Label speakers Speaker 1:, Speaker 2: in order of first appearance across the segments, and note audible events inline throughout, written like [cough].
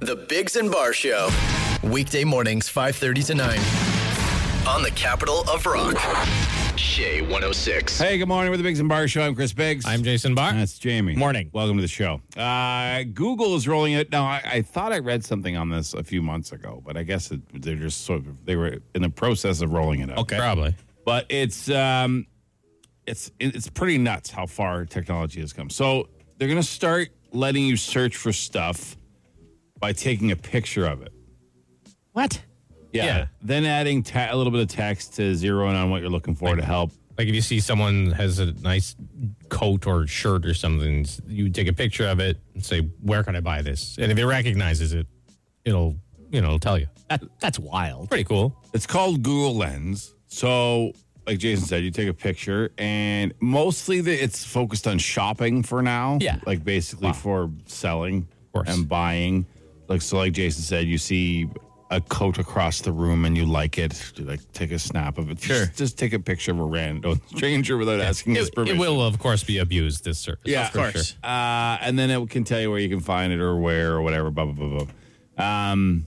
Speaker 1: The Bigs and Bar Show. Weekday mornings, 5.30 to 9. On the capital of rock. Shea 106.
Speaker 2: Hey, good morning. We're the Biggs and Bar Show. I'm Chris Biggs.
Speaker 3: I'm Jason Barr.
Speaker 2: That's Jamie.
Speaker 3: Morning.
Speaker 2: Welcome to the show. Uh, Google is rolling it. Now, I, I thought I read something on this a few months ago, but I guess it, they're just sort of, they were in the process of rolling it out.
Speaker 3: Okay. Probably.
Speaker 2: But it's, um, it's, it's pretty nuts how far technology has come. So they're going to start letting you search for stuff by taking a picture of it.
Speaker 3: What?
Speaker 2: Yeah.
Speaker 3: Yeah.
Speaker 2: Then adding ta- a little bit of text to zero in on what you're looking for to help.
Speaker 3: Like if you see someone has a nice coat or shirt or something, you take a picture of it and say, "Where can I buy this?" And if it recognizes it, it'll you know it'll tell you. That, that's wild. Pretty cool.
Speaker 2: It's called Google Lens. So, like Jason said, you take a picture, and mostly the, it's focused on shopping for now.
Speaker 3: Yeah.
Speaker 2: Like basically for selling
Speaker 3: course.
Speaker 2: and buying. Like so, like Jason said, you see a coat across the room and you like it, you, like take a snap of it.
Speaker 3: Sure.
Speaker 2: Just, just take a picture of a random [laughs] stranger without asking his
Speaker 3: It, it
Speaker 2: permission.
Speaker 3: will of course be abused. This service.
Speaker 2: Yeah,
Speaker 3: for
Speaker 2: of course. Uh, and then it can tell you where you can find it or where or whatever. Blah blah blah blah. Um,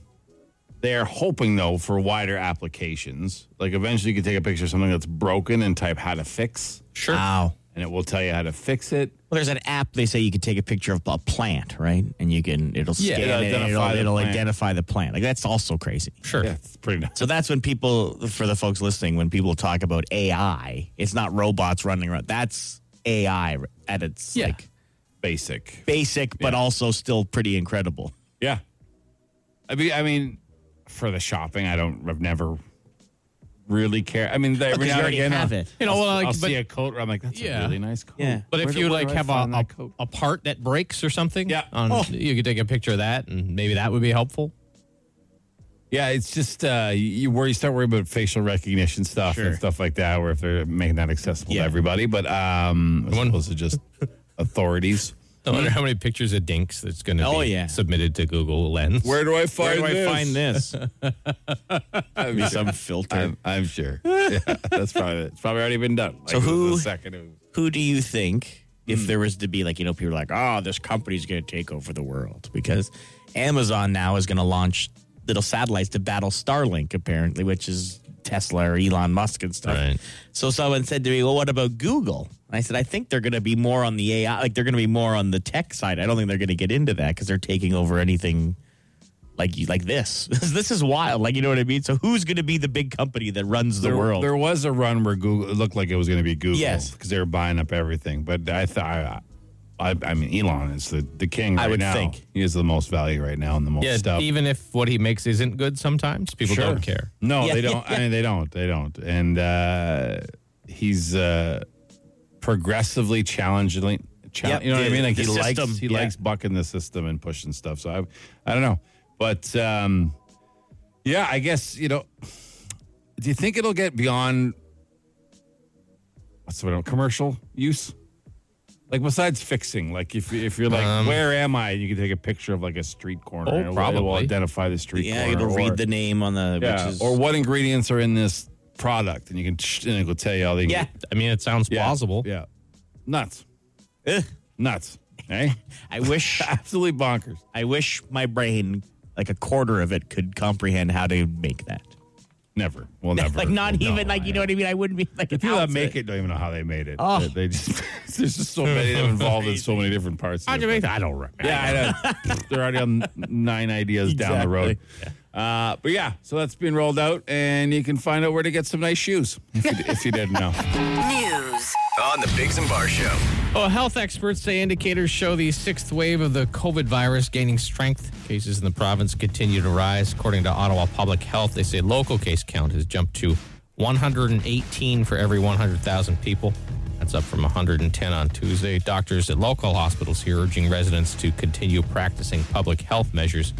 Speaker 2: they're hoping though for wider applications. Like eventually, you can take a picture of something that's broken and type how to fix,
Speaker 3: Sure.
Speaker 4: Wow.
Speaker 2: and it will tell you how to fix it.
Speaker 4: Well, there's an app. They say you can take a picture of a plant, right? And you can it'll
Speaker 3: Yeah,
Speaker 4: scan
Speaker 2: it'll
Speaker 4: it. And it'll
Speaker 2: identify the
Speaker 4: it'll
Speaker 2: plant.
Speaker 4: identify the plant. Like that's also crazy.
Speaker 3: sure.
Speaker 2: Yeah, it's pretty nice.
Speaker 4: So that's when people, for the folks listening, when people talk about AI, it's not robots running around. That's AI at its
Speaker 3: Yeah.
Speaker 4: like
Speaker 2: Basic.
Speaker 4: basic, but also still pretty incredible.
Speaker 2: Yeah. I mean, I mean, for the shopping, I don't. I've never really cared. I mean, every
Speaker 4: you
Speaker 2: now and
Speaker 4: already
Speaker 2: again,
Speaker 4: have
Speaker 2: I'll,
Speaker 4: it.
Speaker 3: You know,
Speaker 2: I'll,
Speaker 3: well, like,
Speaker 2: I'll
Speaker 3: but-
Speaker 2: see a coat where I'm like, that's
Speaker 3: Yeah.
Speaker 2: a really nice coat.
Speaker 4: Yeah.
Speaker 3: But if
Speaker 2: Where do-
Speaker 3: you
Speaker 2: where
Speaker 3: like
Speaker 2: do I
Speaker 3: have a,
Speaker 2: find that
Speaker 3: a,
Speaker 2: coat?
Speaker 3: a part that breaks or something,
Speaker 2: Yeah.
Speaker 3: on-
Speaker 2: Oh.
Speaker 3: you could take a picture of that and maybe that would be helpful.
Speaker 2: Yeah, it's just uh, you where you start worrying about facial recognition stuff
Speaker 4: Sure.
Speaker 2: and stuff like that, or if they're making that accessible
Speaker 4: Yeah.
Speaker 2: to everybody. But um, as
Speaker 3: One-
Speaker 2: opposed to [laughs] just authorities.
Speaker 3: I
Speaker 2: Hmm.
Speaker 3: wonder how many pictures of dinks that's going to
Speaker 4: Oh,
Speaker 3: be
Speaker 4: yeah.
Speaker 3: submitted to Google Lens.
Speaker 2: do I
Speaker 4: Where do I find this?
Speaker 2: I'm sure.
Speaker 4: Some filter.
Speaker 2: I'm, I'm sure. [laughs] Yeah, that's probably it's probably already been done. Like,
Speaker 4: So
Speaker 2: it was
Speaker 4: who-
Speaker 2: the second who-
Speaker 4: Who do you think,
Speaker 2: Hmm.
Speaker 4: if there was to be like, you know, people are like, oh, this company's going to take over the world because Amazon now is going to launch little satellites to battle Starlink, apparently, which is Tesla or Elon Musk and stuff.
Speaker 3: Right.
Speaker 4: So someone said to me, well, what about Google? And I said, I think they're going to be more on the AI, like they're going to be more on the tech side. I don't think they're going to get into that because they're taking over anything. Like like this, [laughs] this is wild. Like you know what I mean. So who's going to be the big company that runs the
Speaker 2: there,
Speaker 4: world?
Speaker 2: There was a run where Google it looked like it was going to be Google
Speaker 4: Yes.
Speaker 2: because they were buying up everything. But I thought, I, I, I mean, Elon is the, the king right
Speaker 4: I would
Speaker 2: now.
Speaker 4: think.
Speaker 2: he is the most value right now and the most
Speaker 3: Yeah,
Speaker 2: stuff.
Speaker 3: even if what he makes isn't good sometimes, people
Speaker 2: Sure.
Speaker 3: don't care.
Speaker 2: No,
Speaker 4: Yeah,
Speaker 2: they don't. I mean, they don't. They don't. And uh, he's uh, progressively challenging. Chal-
Speaker 4: Yep,
Speaker 2: you know what I
Speaker 4: the-
Speaker 2: mean? Like
Speaker 4: the
Speaker 2: he
Speaker 4: system,
Speaker 2: likes he
Speaker 4: yeah.
Speaker 2: likes bucking the system and pushing stuff. So I, I don't know, but um, yeah, I guess you know. Do you think it'll get beyond what's the word? Commercial use. Like besides fixing, like if if you're like,
Speaker 3: Um,
Speaker 2: where am I? You can take a picture of like a street corner.
Speaker 3: Oh,
Speaker 2: and it'll- It will
Speaker 3: probably.
Speaker 2: identify the street.
Speaker 4: yeah,
Speaker 2: corner
Speaker 4: it'll
Speaker 2: or-
Speaker 4: read the name on the
Speaker 2: yeah.
Speaker 4: which is,
Speaker 2: or what ingredients are in this product, and you can sh- and it will tell you all the
Speaker 4: yeah.
Speaker 3: I mean, it sounds
Speaker 2: yeah,
Speaker 3: plausible.
Speaker 2: Yeah, nuts,
Speaker 4: Ugh.
Speaker 2: nuts. eh? Hey,
Speaker 4: I wish
Speaker 2: absolutely bonkers.
Speaker 4: I wish my brain like a quarter of it could comprehend how to make that.
Speaker 2: Never. Well, never.
Speaker 4: [laughs] like not
Speaker 2: No,
Speaker 4: even like you know what I mean. I wouldn't be like
Speaker 2: The
Speaker 4: an
Speaker 2: people that
Speaker 4: ounce of
Speaker 2: make it don't even know how they made it.
Speaker 4: Oh.
Speaker 2: They, they just [laughs] there's just so many that are involved in so many different parts. of
Speaker 3: How'd
Speaker 2: it,
Speaker 3: you make
Speaker 2: but-
Speaker 3: that? I don't remember.
Speaker 2: Yeah, I know. they're already on nine ideas down the road. Uh, but yeah, so that's been rolled out, and you can find out where to get some nice shoes if you, if you didn't know.
Speaker 5: News.
Speaker 1: On the Bigs and Bar Show.
Speaker 3: Well, Oh, health experts say indicators show the sixth wave of the COVID virus gaining strength. Cases in the province continue to rise. According to Ottawa Public Health, they say local case count has jumped to 118 for every 100,000 people. That's up from 110 on Tuesday. Doctors at local hospitals here urging residents to continue practicing public health measures.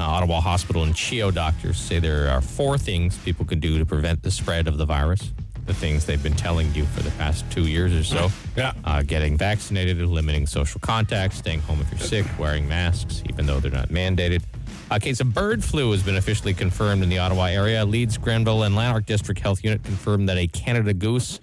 Speaker 3: Uh, Ottawa Hospital and CHEO doctors say there are four things people can do to prevent the spread of the virus. The things they've been telling you for the past two years or so.
Speaker 2: Yeah.
Speaker 3: Uh, getting vaccinated, limiting social contact, staying home if you're sick, wearing masks, even though they're not mandated. A case of bird flu has been officially confirmed in the Ottawa area. Leeds, Grenville, and Lanark District Health Unit confirmed that a Canada goose,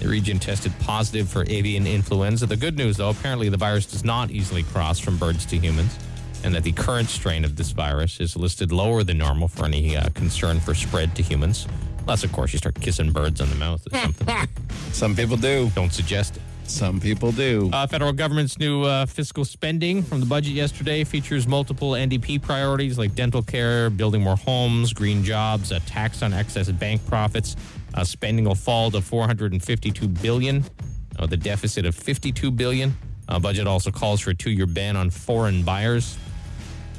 Speaker 3: the region tested positive for avian influenza. The good news, though, apparently the virus does not easily cross from birds to humans. and that the current strain of this virus is listed lower than normal for any uh, concern for spread to humans. Unless, of course, you start kissing birds on the mouth or something.
Speaker 2: Some people do.
Speaker 3: Don't suggest it.
Speaker 2: Some people do.
Speaker 3: Uh, federal government's new uh, fiscal spending from the budget yesterday features multiple NDP priorities like dental care, building more homes, green jobs, a tax on excess bank profits. Uh, spending will fall to 452 billion, uh, the deficit of 52 billion. Uh, budget also calls for a two-year ban on foreign buyers.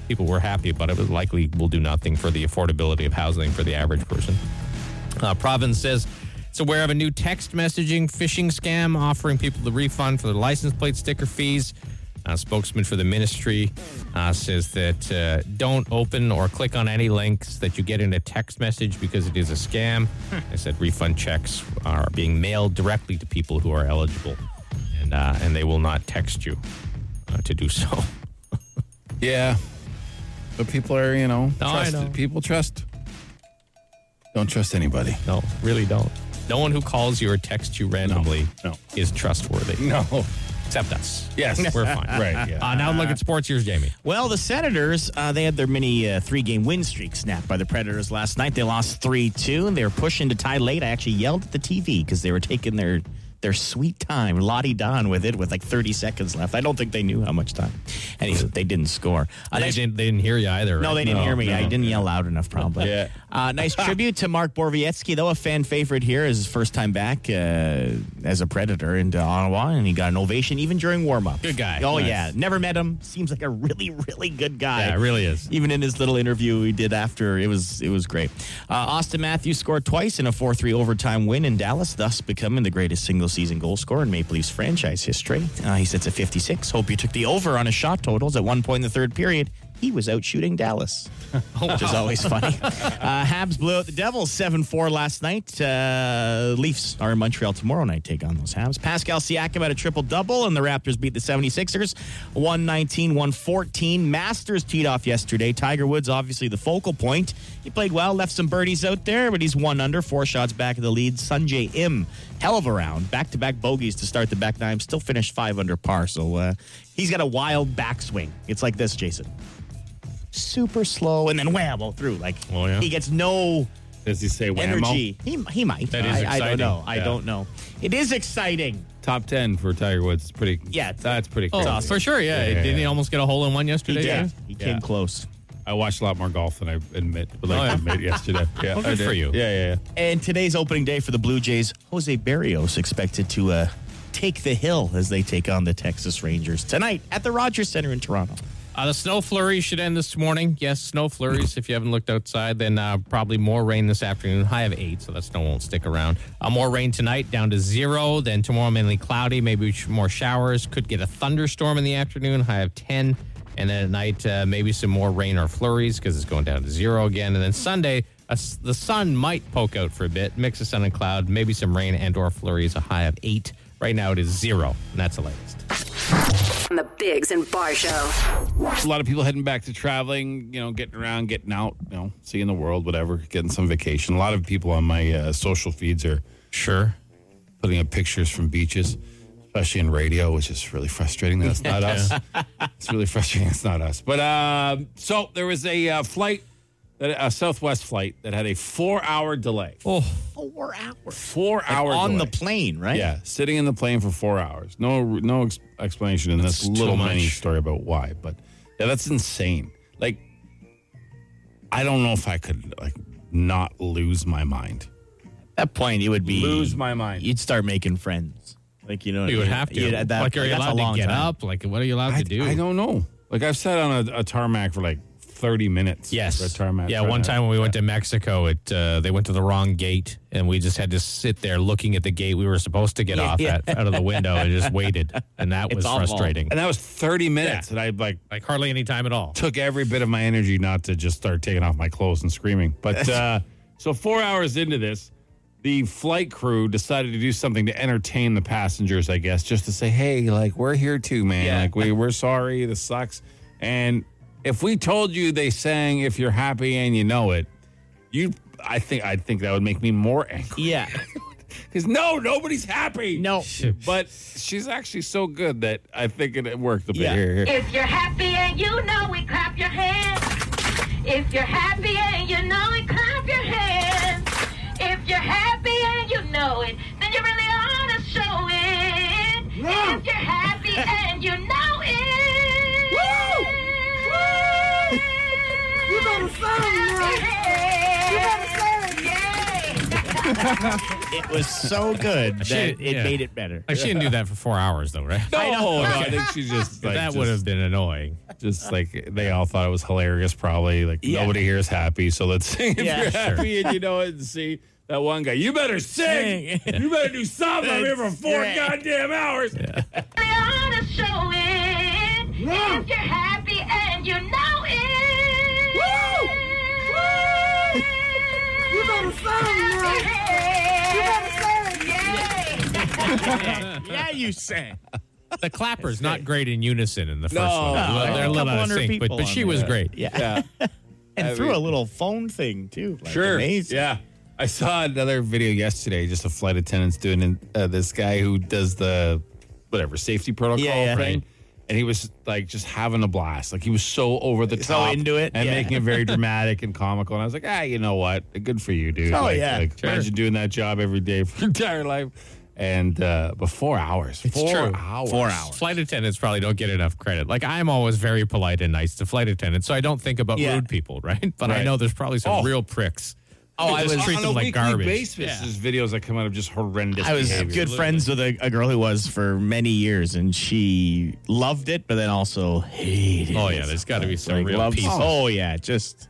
Speaker 3: People were happy about it, but likely will do nothing for the affordability of housing for the average person. Uh, province says it's aware of a new text messaging phishing scam offering people the refund for their license plate sticker fees. A spokesman for the ministry uh, says that uh, don't open or click on any links that you get in a text message because it is a scam. I said refund checks are being mailed directly to people who are eligible, and uh, and they will not text you uh, to do so. [laughs]
Speaker 2: Yeah. But people are, you know,
Speaker 3: No, I
Speaker 2: trust.
Speaker 3: know.
Speaker 2: people trust. Don't trust anybody.
Speaker 3: No, really don't. No one who calls you or texts you randomly
Speaker 2: no.
Speaker 3: is trustworthy,
Speaker 2: No.
Speaker 3: except us.
Speaker 2: Yes.
Speaker 3: [laughs] We're fine.
Speaker 2: Right, yeah.
Speaker 3: Uh, now look at sports years, Jamie.
Speaker 4: Well, the Senators, uh, they had their mini uh, three game win streak snapped by the Predators last night. They lost 3 2, and they were pushing to tie late. I actually yelled at the TV because they were taking their, their sweet time, Lottie Don with it, with like 30 seconds left. I don't think they knew how much time. Anyway, they didn't score. Uh,
Speaker 3: They
Speaker 4: nice-
Speaker 3: didn't, they didn't hear you either.
Speaker 4: no,
Speaker 3: right? Oh,
Speaker 4: they didn't
Speaker 2: No,
Speaker 4: hear me.
Speaker 2: no.
Speaker 4: I didn't yell loud enough, probably.
Speaker 2: Yeah.
Speaker 4: Uh, nice tribute to Mark Borowiecki, though a fan favorite here is his first time back uh, as a Predator into Ottawa, and he got an ovation even during warm up.
Speaker 3: Good guy.
Speaker 4: Oh
Speaker 3: Nice.
Speaker 4: yeah, never met him. Seems like a really, really good guy.
Speaker 3: Yeah, it really is.
Speaker 4: Even in his little interview he did after, it was it was great. Uh, Austin Matthews scored twice in a four three overtime win in Dallas, thus becoming the greatest single season goal scorer in Maple Leafs franchise history. Uh, he sits at fifty six. Hope you took the over on his shot totals at one point in the third period. He was out shooting
Speaker 3: [laughs]
Speaker 4: Dallas which is always funny. Uh, Habs blew out the Devils 7 4 last night. Uh, Leafs are in Montreal tomorrow night, take on those Habs. Pascal Siakam had a triple double, and the Raptors beat the 76ers 119 114. Masters teed off yesterday. Tiger Woods, obviously the focal point. He played well, left some birdies out there, but he's one under, four shots back of the lead. Sanjay Im, hell of a round. Back to back bogeys to start the back nine. Still finished five under par, so uh, he's got a wild backswing. It's like this, Jason super slow and then whammo through. Like
Speaker 3: Oh, yeah?
Speaker 4: he gets no
Speaker 2: Does he say whammo?
Speaker 4: energy. He, he might.
Speaker 3: That
Speaker 4: I,
Speaker 3: is
Speaker 4: I
Speaker 3: exciting.
Speaker 4: don't know. I
Speaker 3: Yeah.
Speaker 4: don't know. It is exciting.
Speaker 2: Top 10 for Tiger Woods. It's pretty.
Speaker 4: Yeah.
Speaker 2: That's pretty cool.
Speaker 3: Oh, for sure, yeah.
Speaker 2: Yeah, yeah,
Speaker 3: Didn't he
Speaker 2: yeah.
Speaker 3: almost get a hole in one yesterday?
Speaker 4: Yeah,
Speaker 3: too?
Speaker 4: he
Speaker 2: Yeah.
Speaker 4: came close.
Speaker 2: I watched a lot more golf than I admit, would like
Speaker 3: Oh, yeah.
Speaker 2: to admit yesterday. [laughs] Yeah,
Speaker 3: Well,
Speaker 2: I
Speaker 3: good
Speaker 2: did.
Speaker 3: for you.
Speaker 2: Yeah, yeah, yeah.
Speaker 4: And today's opening day for the Blue Jays, Jose Barrios expected to uh, take the hill as they take on the Texas Rangers tonight at the Rogers Center in Toronto.
Speaker 3: Uh, the snow flurry should end this morning. Yes, snow flurries. if you haven't looked outside, then uh, probably more rain this afternoon. High of eight, so that snow won't stick around. Uh, more rain tonight, down to zero. Then tomorrow, mainly cloudy, maybe sh- more showers. Could get a thunderstorm in the afternoon. High of 10. And then at night, uh, maybe some more rain or flurries because it's going down to zero again. And then Sunday, uh, s- the sun might poke out for a bit. Mix of sun and cloud, maybe some rain and or flurries. A high of eight. Right now, it is zero, and that's the latest.
Speaker 5: on the Bigs and Bar Show.
Speaker 2: a lot of people heading back to traveling, you know, getting around, getting out, you know, seeing the world, whatever, getting some vacation. A lot of people on my uh, social feeds are
Speaker 3: Sure.
Speaker 2: putting up pictures from beaches, especially in radio, which is really frustrating. That's not us. It's really frustrating. It's not us. But um so there was a uh, flight, that, a Southwest flight that had a four-hour delay.
Speaker 4: Four hours.
Speaker 2: Four-hour
Speaker 4: on
Speaker 2: delay.
Speaker 4: the plane, right?
Speaker 2: Yeah, sitting in the plane for four hours. No, no ex- explanation in this
Speaker 3: That's too
Speaker 2: little mini
Speaker 3: much.
Speaker 2: story about why. But yeah, that's insane. Like, I don't know if I could like not lose my mind.
Speaker 4: At that point, it would be
Speaker 2: Lose my mind.
Speaker 4: You'd start making friends. Like you know,
Speaker 3: You would have to.
Speaker 4: you'd- at that-
Speaker 3: like, are you
Speaker 4: that's a
Speaker 3: allowed
Speaker 4: long
Speaker 3: to get
Speaker 4: time.
Speaker 3: up? Like, what are you allowed
Speaker 2: I,
Speaker 3: to do?
Speaker 2: I don't know. Like I've sat on a, a tarmac for like thirty minutes.
Speaker 3: Yes.
Speaker 2: for a tarmac.
Speaker 3: yeah.
Speaker 2: trying
Speaker 3: One
Speaker 2: to-
Speaker 3: time when we went to Mexico, it uh, they went to the wrong gate, and we just had to sit there looking at the gate we were supposed to get off at out of the window and just waited, and that was
Speaker 4: awful.
Speaker 3: frustrating.
Speaker 2: and that was thirty minutes, and I like
Speaker 3: Like hardly any time at all.
Speaker 2: took every bit of my energy not to just start taking off my clothes and screaming.
Speaker 3: [laughs]
Speaker 2: But uh, so four hours into this, the flight crew decided to do something to entertain the passengers, I guess, just to say, "Hey, like we're here too, man.
Speaker 4: Yeah.
Speaker 2: Like we we're sorry, this sucks." And if we told you they sang "If You're Happy and You Know It," you, I think, I think that would make me more angry.
Speaker 4: Yeah.
Speaker 6: Because no, nobody's
Speaker 3: [laughs]
Speaker 6: happy.
Speaker 4: No.
Speaker 2: But
Speaker 6: She's actually so good that I think it, it worked a bit
Speaker 4: Yeah.
Speaker 6: here. here.
Speaker 7: If you're happy and you know it, clap your hands. If you're happy and you know it, clap your hands. If you're happy and you know it, then you really ought to show it. If you're [laughs] happy and you know it. Woo! Woo! You better You better say it. Yay!
Speaker 4: It was so
Speaker 3: [laughs]
Speaker 4: good that
Speaker 3: Shit,
Speaker 4: it
Speaker 3: yeah.
Speaker 4: made it better.
Speaker 3: Like she didn't do that for four hours though, right?
Speaker 6: No, I, no, I
Speaker 4: [laughs]
Speaker 6: think she just like,
Speaker 3: that
Speaker 6: just-
Speaker 3: would have been annoying.
Speaker 2: just like they all thought it was hilarious, probably. Like
Speaker 4: Yeah.
Speaker 2: nobody here is happy, so let's [laughs] sing.
Speaker 4: Yeah,
Speaker 2: if you're
Speaker 4: sure.
Speaker 2: happy and you know it, and see that one guy. You better sing.
Speaker 4: Sing. [laughs]
Speaker 2: you better do something. I'm here for four
Speaker 4: Yeah.
Speaker 2: goddamn hours.
Speaker 7: They ought to show it. If you're happy and you know it. Woo! Woo! You better You better say it. Yay!
Speaker 4: [laughs] yeah, you sang.
Speaker 3: The clappers not great in unison in the first
Speaker 2: No,
Speaker 3: one.
Speaker 2: no.
Speaker 3: They're
Speaker 4: A
Speaker 3: a little
Speaker 4: couple
Speaker 3: out of
Speaker 4: hundred
Speaker 3: sync, but,
Speaker 4: people
Speaker 3: but she
Speaker 4: on
Speaker 3: was
Speaker 4: there.
Speaker 3: great.
Speaker 4: Yeah.
Speaker 2: Yeah,
Speaker 4: And
Speaker 2: I
Speaker 4: threw
Speaker 2: mean-
Speaker 4: a little phone thing too. Like,
Speaker 2: sure.
Speaker 4: Amazing.
Speaker 2: Yeah. I saw another video yesterday, just a flight attendants doing an- uh, this guy who does the whatever safety protocol
Speaker 4: Yeah, yeah.
Speaker 2: thing. And he was like just having a blast. Like he was so over the
Speaker 4: So
Speaker 2: top.
Speaker 4: into it,
Speaker 2: And
Speaker 4: yeah.
Speaker 2: making it
Speaker 4: [laughs]
Speaker 2: very dramatic and comical. And I was like, ah, you know what? Good for you, dude.
Speaker 4: Oh,
Speaker 2: like,
Speaker 4: yeah.
Speaker 2: Like,
Speaker 4: Sure.
Speaker 2: Imagine doing that job every day [laughs] for your entire life. And uh, but four hours. It's four
Speaker 3: true.
Speaker 2: hours.
Speaker 4: Four hours.
Speaker 3: Flight attendants probably don't get enough credit. Like I'm always very polite and nice to flight attendants, so I don't think about
Speaker 4: Yeah.
Speaker 3: rude people, right? But I
Speaker 2: Right.
Speaker 3: know there's probably some
Speaker 2: Oh.
Speaker 3: real pricks.
Speaker 2: Oh,
Speaker 3: who
Speaker 2: I
Speaker 3: just
Speaker 2: was
Speaker 3: treat
Speaker 2: on
Speaker 3: them
Speaker 2: a
Speaker 3: like
Speaker 2: weekly
Speaker 3: garbage.
Speaker 2: basis. There's videos that come out of just horrendous.
Speaker 4: I was
Speaker 2: behavior.
Speaker 4: good friends with a, a girl who was for many years, and she loved it, but then also hated.
Speaker 3: Oh
Speaker 4: it.
Speaker 3: yeah, there's got to be some
Speaker 4: Like,
Speaker 3: real
Speaker 4: loved-
Speaker 3: pieces.
Speaker 4: Oh yeah, just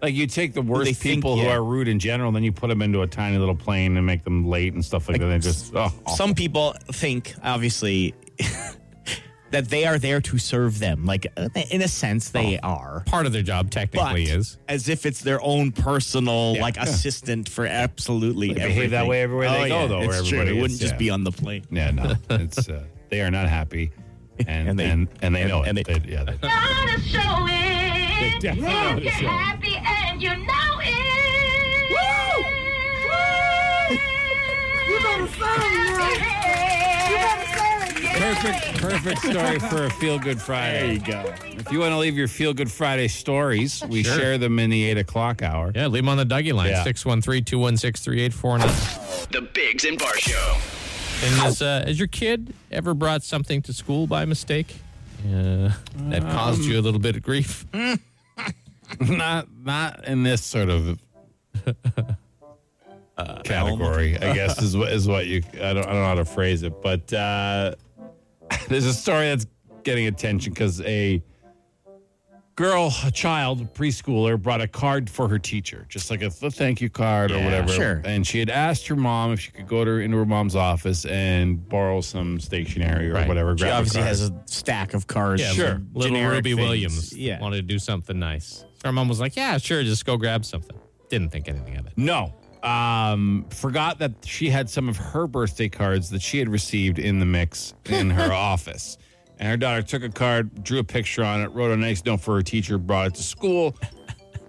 Speaker 2: Like you take the
Speaker 4: they
Speaker 2: worst
Speaker 4: think,
Speaker 2: people who
Speaker 4: yeah.
Speaker 2: are rude in general, then you put them into a tiny little plane and make them late and stuff like, that. And just oh,
Speaker 4: some people think obviously [laughs] that they are there to serve them. Like uh, in a sense, they
Speaker 2: Oh.
Speaker 4: are.
Speaker 3: Part of their job technically is.
Speaker 4: as if it's their own personal like assistant for absolutely
Speaker 2: They
Speaker 4: everything. Oh,
Speaker 2: behave that way everywhere they go, though,
Speaker 4: It's
Speaker 2: where
Speaker 4: true.
Speaker 2: everybody
Speaker 4: It
Speaker 2: is,
Speaker 4: wouldn't just
Speaker 2: yeah.
Speaker 4: be on the plane.
Speaker 3: [laughs]
Speaker 2: yeah, no, it's uh, they are not happy, and [laughs] and
Speaker 4: And
Speaker 2: they,
Speaker 4: they-
Speaker 2: and, they know
Speaker 4: and-
Speaker 2: it.
Speaker 4: and
Speaker 2: They- yeah, [laughs] they-
Speaker 7: You ought to show it.
Speaker 2: They definitely ought to
Speaker 7: If you're
Speaker 2: show it.
Speaker 7: happy and you know it. Woo! Woo! You better say it. You better say it.
Speaker 2: perfect, perfect story for a feel good Friday.
Speaker 4: go.
Speaker 2: If you want to leave your feel good Friday stories, we share them in the eight o'clock hour.
Speaker 3: Yeah, leave them on the Dougie line
Speaker 2: Yeah.
Speaker 3: six one three two one six three eight four nine.
Speaker 1: The Bigs and Bar Show.
Speaker 3: And has, uh, has your kid ever brought something to school by mistake uh, that caused you a little bit of [laughs] grief?
Speaker 2: Not not in this sort of. [laughs] uh, category, I guess is what is what you. I don't, I don't know how to phrase it, but uh, [laughs] there's a story that's getting attention because a girl, a child, preschooler, brought a card for her teacher, just like a th- thank you card or
Speaker 4: Yeah,
Speaker 2: whatever.
Speaker 4: sure.
Speaker 2: And she had asked her mom if she could go to her, into her mom's office and borrow some stationery or
Speaker 3: Right.
Speaker 2: whatever.
Speaker 4: She
Speaker 2: grab a
Speaker 4: obviously
Speaker 2: card.
Speaker 4: has a stack of cards.
Speaker 3: Yeah,
Speaker 4: with
Speaker 2: Sure.
Speaker 3: Little
Speaker 4: generic
Speaker 3: Ruby
Speaker 4: things.
Speaker 3: Williams
Speaker 4: Yeah.
Speaker 3: wanted to do something nice. So her mom was like, "Yeah, sure, just go grab something." Didn't think anything of it.
Speaker 2: No. Um, forgot that she had some of her birthday cards that she had received in the mix
Speaker 3: [laughs]
Speaker 2: in her office. And her daughter took a card, drew a picture on it, wrote a nice note for her teacher, brought it to school.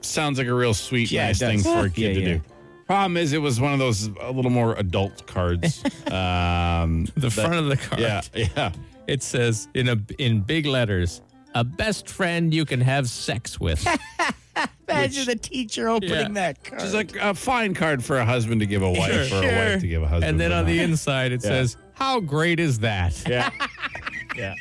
Speaker 2: Sounds like a real sweet,
Speaker 4: Yeah, it
Speaker 2: nice thing
Speaker 4: does.
Speaker 3: [laughs]
Speaker 2: for a kid
Speaker 4: Yeah,
Speaker 2: to
Speaker 4: yeah.
Speaker 2: do. Problem is, it was one of those a little more
Speaker 3: [laughs]
Speaker 2: adult cards. um,
Speaker 3: The front of the card.
Speaker 2: yeah, yeah.
Speaker 3: It says in a in big letters, "A best friend you can have sex [laughs] with."
Speaker 4: Imagine the teacher opening
Speaker 3: Yeah.
Speaker 4: that card.
Speaker 2: It's like a fine card for a husband to give a wife,
Speaker 3: Sure,
Speaker 2: or a
Speaker 3: sure.
Speaker 2: wife to give a husband.
Speaker 3: and then
Speaker 2: but
Speaker 3: on the
Speaker 2: not.
Speaker 3: inside it says, "How great is that?"
Speaker 2: [laughs] Yeah. yeah.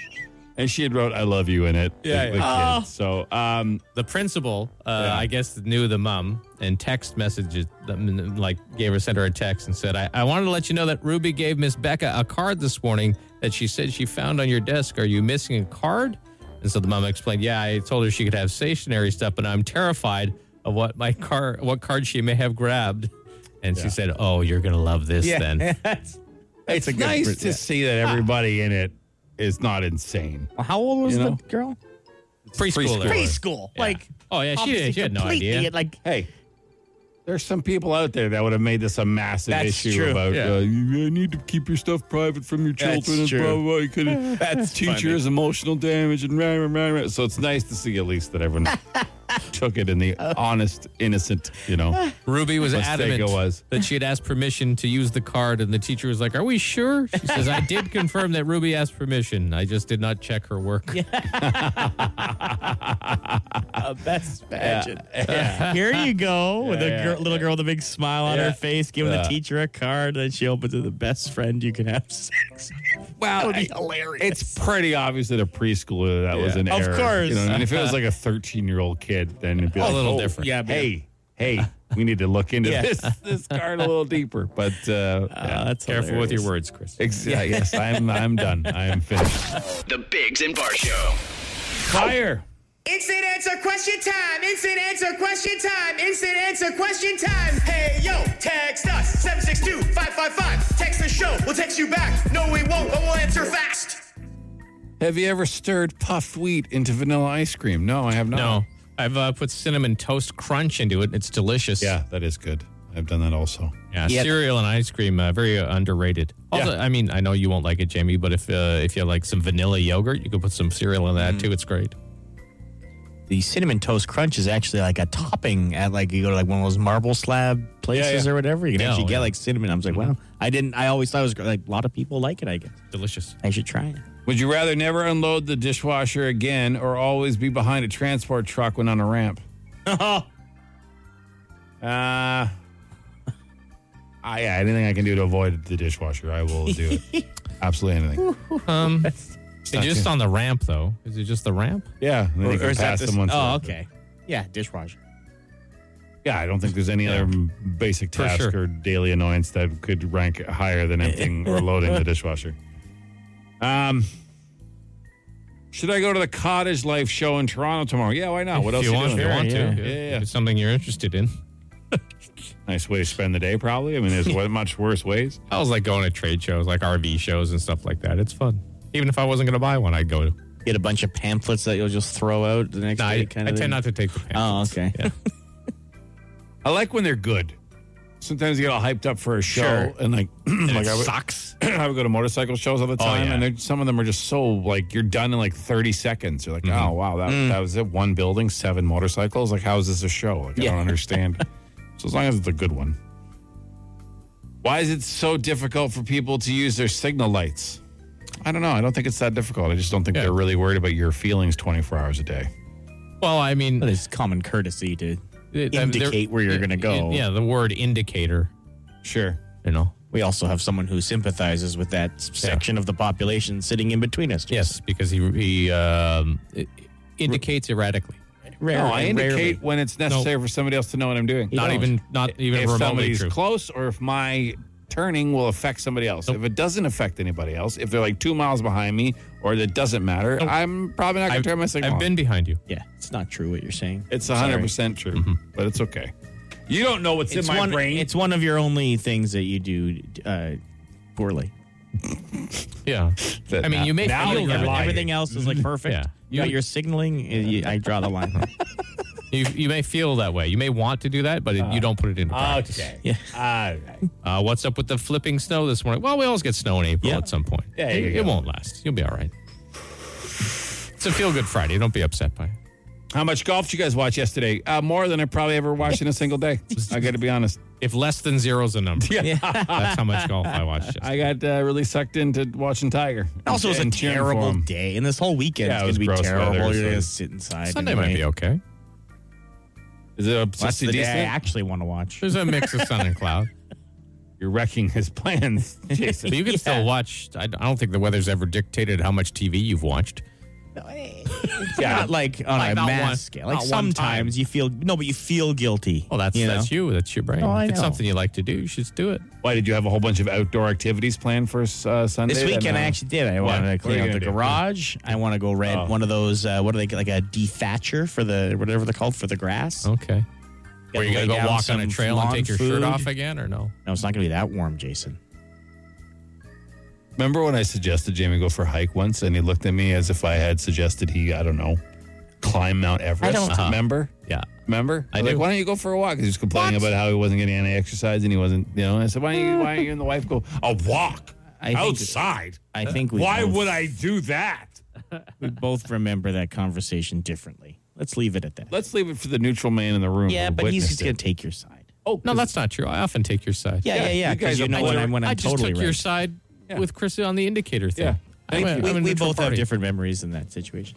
Speaker 2: And she had wrote "I love you" in it.
Speaker 3: Yeah,
Speaker 2: the- the kid. So, um,
Speaker 3: The principal, uh,
Speaker 2: Yeah.
Speaker 3: I guess, knew the mom and text messages, them, like gave her sent her a text and said, "I, I wanted to let you know that Ruby gave Miss Becca a card this morning that she said she found on your desk. Are you missing a card?" And so the mom explained, "Yeah, I told her she could have stationary stuff, but I'm terrified of what my car, what card she may have grabbed." And she said, "Oh, you're gonna love this
Speaker 4: yeah.
Speaker 3: then."
Speaker 2: [laughs]
Speaker 4: That's-
Speaker 2: it's
Speaker 4: a good
Speaker 2: nice
Speaker 4: pr-
Speaker 2: to
Speaker 4: yeah.
Speaker 2: see that everybody in it is not insane.
Speaker 4: How old was
Speaker 2: You know?
Speaker 4: the girl?
Speaker 3: Preschooler.
Speaker 4: Preschool.
Speaker 3: Yeah.
Speaker 4: Like
Speaker 3: oh yeah, she,
Speaker 4: obviously
Speaker 3: did. she had no
Speaker 4: completely,
Speaker 3: idea.
Speaker 4: Like
Speaker 2: Hey, there's some people out there that would have made this a massive
Speaker 4: That's
Speaker 2: issue
Speaker 4: true.
Speaker 2: about
Speaker 3: Yeah.
Speaker 2: uh, you need to keep your stuff private from your children
Speaker 4: That's
Speaker 2: and
Speaker 4: true.
Speaker 2: blah blah. blah. You [laughs] could
Speaker 4: That's
Speaker 2: [laughs] teachers emotional damage and rah, rah, rah, rah. so it's nice to see at least that everyone took it in the honest, innocent, you know.
Speaker 3: Ruby was
Speaker 2: Mistake
Speaker 3: adamant
Speaker 2: it was.
Speaker 3: that she had asked permission to use the card, and the teacher was like, "Are we sure?" She says, "I did confirm that Ruby asked permission. I just did not check her work."
Speaker 4: A uh,
Speaker 3: [laughs]
Speaker 4: best pageant. [laughs] Here you go with a gir- little girl with a big smile on her face, giving the teacher a card, then she opens it. The best friend you can have [laughs] sex.
Speaker 6: Wow.
Speaker 4: would be hilarious.
Speaker 2: It's pretty obvious that a preschooler that was
Speaker 3: Yeah.
Speaker 2: an
Speaker 4: Of
Speaker 2: error.
Speaker 4: course.
Speaker 2: You know, and if it was like a 13 year old kid, then it'd be
Speaker 3: A
Speaker 2: like,
Speaker 3: little
Speaker 2: oh,
Speaker 3: different.
Speaker 2: Yeah, hey, hey, we need to look into
Speaker 4: Yeah.
Speaker 2: this this card a little deeper. But uh, yeah.
Speaker 4: Uh, that's
Speaker 3: Careful with
Speaker 4: hilarious.
Speaker 3: your words, Chris.
Speaker 2: Ex- yeah, yes, I'm I'm done. I am finished.
Speaker 1: The Bigs and Bar Show.
Speaker 2: Fire.
Speaker 8: Instant answer question time. Instant answer question time. Instant answer question time. Hey yo, text us 762-555. Text the show. We'll text you back. No, we won't, but we'll answer fast.
Speaker 2: Have you ever stirred puffed wheat into vanilla ice cream? No, I have not.
Speaker 3: No, I've uh, put cinnamon toast crunch into it. It's delicious.
Speaker 2: Yeah, that is good. I've done that also.
Speaker 3: Yeah, cereal and ice cream, uh, very uh, underrated. Also, I mean, I know you won't like it, Jamie, but if uh, if you like some vanilla yogurt, you could put some cereal in that too. It's great.
Speaker 4: the cinnamon toast crunch is actually like a topping at like you go to like one of those marble slab places
Speaker 2: yeah.
Speaker 4: or whatever. You can
Speaker 3: Yeah,
Speaker 4: actually
Speaker 3: yeah.
Speaker 4: get like cinnamon. I was like, wow, I didn't. I always thought it was gr- like a lot of people like it. I guess
Speaker 3: Delicious.
Speaker 4: I should try it. [laughs]
Speaker 2: Would you rather never unload the dishwasher again or always be behind a transport truck when on a ramp? uh, I, yeah, anything I can do to avoid the dishwasher, I will do
Speaker 3: [laughs]
Speaker 2: it. Absolutely anything.
Speaker 3: Um,
Speaker 2: not
Speaker 3: it's just
Speaker 2: too-
Speaker 3: on the ramp though. Is it just the ramp?
Speaker 2: Yeah. and then you can pass
Speaker 4: this-
Speaker 2: someone
Speaker 4: Oh,
Speaker 2: so-
Speaker 4: okay. Yeah, dishwasher.
Speaker 2: Yeah, I don't think there's any other basic
Speaker 3: For
Speaker 2: task
Speaker 3: sure.
Speaker 2: or daily annoyance that could rank higher than
Speaker 3: [laughs]
Speaker 2: emptying or loading the dishwasher. Um, should I go to the Cottage Life show in Toronto tomorrow? Yeah, why not? What else
Speaker 3: if you,
Speaker 2: you
Speaker 3: want,
Speaker 2: doing?
Speaker 3: if you want
Speaker 4: Yeah,
Speaker 3: to?
Speaker 2: yeah, yeah.
Speaker 3: If it's something you're interested in.
Speaker 2: Nice way to spend the day, probably. I
Speaker 3: [laughs]
Speaker 2: mean, there's wa- much worse ways.
Speaker 3: I was like going to trade shows, like RV shows and stuff like that. It's fun. Even if I wasn't going to buy one, I'd go to.
Speaker 4: Get a bunch of pamphlets that you'll just throw out the next
Speaker 3: No,
Speaker 4: day.
Speaker 3: I,
Speaker 4: kind
Speaker 3: I
Speaker 4: of
Speaker 3: tend
Speaker 4: thing.
Speaker 3: not to take the pants.
Speaker 4: Oh, okay. [laughs]
Speaker 2: I like when they're good. Sometimes you get all hyped up for a show,
Speaker 3: Sure.
Speaker 2: and like, [clears throat] like
Speaker 3: it
Speaker 2: I would,
Speaker 3: sucks.
Speaker 2: [clears throat] I would go to motorcycle shows all the time,
Speaker 3: yeah.
Speaker 2: and they're- some of them are just so like you're done in like 30 seconds. You're like, oh wow, that, that was it. One building, seven motorcycles. Like, how is this a show? Like, I don't [laughs] understand. so as long as it's a good one. Why is it so difficult for people to use their signal lights? I don't know. I don't think it's that difficult. I just don't think
Speaker 3: Yeah.
Speaker 2: they're really worried about your feelings 24 hours a day.
Speaker 3: Well, I mean,
Speaker 4: But it's common courtesy to
Speaker 3: it- uh, there-
Speaker 4: indicate where you're going to go.
Speaker 3: Yeah, the word indicator.
Speaker 2: Sure.
Speaker 3: You know.
Speaker 4: We also have someone who sympathizes with that s- section of the population sitting in between us.
Speaker 3: Yes, because he he um, it- indicates erratically.
Speaker 4: Rare-
Speaker 2: No, I indicate
Speaker 4: rarely.
Speaker 2: when it's necessary for somebody else to know what I'm doing.
Speaker 3: Not even not even
Speaker 2: if
Speaker 3: remotely
Speaker 2: somebody's
Speaker 3: true.
Speaker 2: close or if my turning will affect somebody else. If it doesn't affect anybody else, if they're like two miles behind me or that doesn't matter, I'm probably not going
Speaker 3: I've,
Speaker 2: to turn my signal.
Speaker 3: I've
Speaker 2: on.
Speaker 3: been behind
Speaker 2: [laughs]
Speaker 3: you.
Speaker 4: Yeah, it's not true what you're saying.
Speaker 2: It's 100% true, but it's okay. You don't know what's in my
Speaker 4: one,
Speaker 2: brain.
Speaker 4: Mm-hmm. It's one of your only things that you do uh, poorly.
Speaker 3: Yeah.
Speaker 2: That-
Speaker 3: I mean, you may
Speaker 2: now
Speaker 3: feel
Speaker 2: you're
Speaker 3: that
Speaker 4: Every-
Speaker 2: lying.
Speaker 4: Everything else is like perfect.
Speaker 3: Yeah.
Speaker 4: You got your signaling. uh, you- I draw the line.
Speaker 3: you, you may feel that way. You may want to do that, but it, you don't put it into practice.
Speaker 2: Uh, Okay.
Speaker 4: Yeah.
Speaker 2: All right.
Speaker 3: Uh, what's up with the flipping snow this morning? Well, we always get snow in April
Speaker 4: Yeah.
Speaker 3: at some point.
Speaker 2: Yeah,
Speaker 3: it,
Speaker 2: you
Speaker 3: it
Speaker 2: go.
Speaker 3: won't last. You'll be all right. It's a feel good Friday. Don't be upset by it.
Speaker 2: How much golf did you guys watch yesterday? Uh, more than I probably ever watched in a single day. I got to be honest.
Speaker 3: If less than zero is a
Speaker 2: [laughs]
Speaker 3: number, that's how much golf I watched. Yesterday.
Speaker 2: I got uh, really sucked into watching Tiger.
Speaker 4: also, it's a
Speaker 2: And cheering for
Speaker 4: terrible
Speaker 2: him.
Speaker 4: day, and this whole weekend
Speaker 2: Yeah,
Speaker 4: is going
Speaker 2: it was
Speaker 4: to be
Speaker 2: gross
Speaker 4: terrible.
Speaker 2: weather,
Speaker 4: you're
Speaker 2: so-
Speaker 4: going to sit inside.
Speaker 3: Sunday
Speaker 4: anyway.
Speaker 3: might be okay.
Speaker 2: Is it a
Speaker 4: That's the
Speaker 2: 60
Speaker 4: day I
Speaker 2: decent?
Speaker 4: actually want to watch.
Speaker 3: There's a mix of sun
Speaker 4: [laughs]
Speaker 3: and cloud,
Speaker 2: You're wrecking his [laughs] plans, Jason.
Speaker 3: but you can still watch. I, I don't think the weather's ever dictated how much TV you've watched.
Speaker 4: yeah, not like on
Speaker 3: Like
Speaker 4: a
Speaker 3: not
Speaker 4: mass
Speaker 3: one-
Speaker 4: scale. Like
Speaker 3: not one time.
Speaker 4: sometimes you feel no, but you feel guilty.
Speaker 3: Well, that's
Speaker 4: you know?
Speaker 3: that's you. That's your brain.
Speaker 4: Oh, I
Speaker 3: if it's
Speaker 4: know.
Speaker 3: something you like to do, you should do it.
Speaker 2: Why did you have a whole bunch of outdoor activities planned for uh, Sunday?
Speaker 4: This weekend
Speaker 2: Then,
Speaker 4: I
Speaker 2: uh,
Speaker 4: actually did. I wanted
Speaker 2: What are
Speaker 4: to
Speaker 2: you
Speaker 4: clean out
Speaker 2: gonna
Speaker 4: the
Speaker 2: do?
Speaker 4: garage. I want to go rent
Speaker 2: Oh.
Speaker 4: one of those. Uh, what are they like a dethatcher for the whatever they're called for the grass? Gotta
Speaker 3: Okay. Were Oh, you
Speaker 4: lay
Speaker 3: gonna go
Speaker 4: down
Speaker 3: walk on a
Speaker 4: some
Speaker 3: trail and
Speaker 4: lawn
Speaker 3: take your shirt
Speaker 4: food.
Speaker 3: off again, or no?
Speaker 4: No, it's not going to be that warm, Jason.
Speaker 2: Remember when I suggested Jamie go for a hike once, and he looked at me as if I had suggested he, I don't know, climb Mount Everest.
Speaker 4: don't-
Speaker 2: Uh-huh. Remember?
Speaker 3: Yeah.
Speaker 2: Remember?
Speaker 3: I
Speaker 2: was
Speaker 3: do.
Speaker 2: Like, why don't you go for a walk? 'Cause He was complaining about how he wasn't getting any exercise, and he wasn't, you know. And I said, why don't you, why don't you and the wife go a walk
Speaker 4: [laughs] I think-
Speaker 2: outside?
Speaker 4: I think we
Speaker 2: why
Speaker 4: both-
Speaker 2: would I do that?
Speaker 4: We both remember that conversation differently. Let's leave it at that.
Speaker 2: Let's leave it for the neutral man in the room.
Speaker 4: yeah,
Speaker 2: who
Speaker 4: but he's
Speaker 2: witnessed
Speaker 4: just
Speaker 2: it.
Speaker 4: going to take your side.
Speaker 3: Oh, no, that's not true. I often take your side.
Speaker 4: Yeah, yeah, yeah.
Speaker 6: you
Speaker 4: Because
Speaker 6: guys
Speaker 4: you,
Speaker 6: are
Speaker 4: know when
Speaker 6: polar-
Speaker 4: I'm, when I'm
Speaker 3: I just
Speaker 4: totally
Speaker 3: took
Speaker 4: right.
Speaker 3: your side with Chris on the indicator thing.
Speaker 6: Yeah.
Speaker 3: I'm a-
Speaker 4: We,
Speaker 3: I'm
Speaker 4: we
Speaker 3: a neutral
Speaker 4: both have
Speaker 3: party.
Speaker 4: different memories in that situation.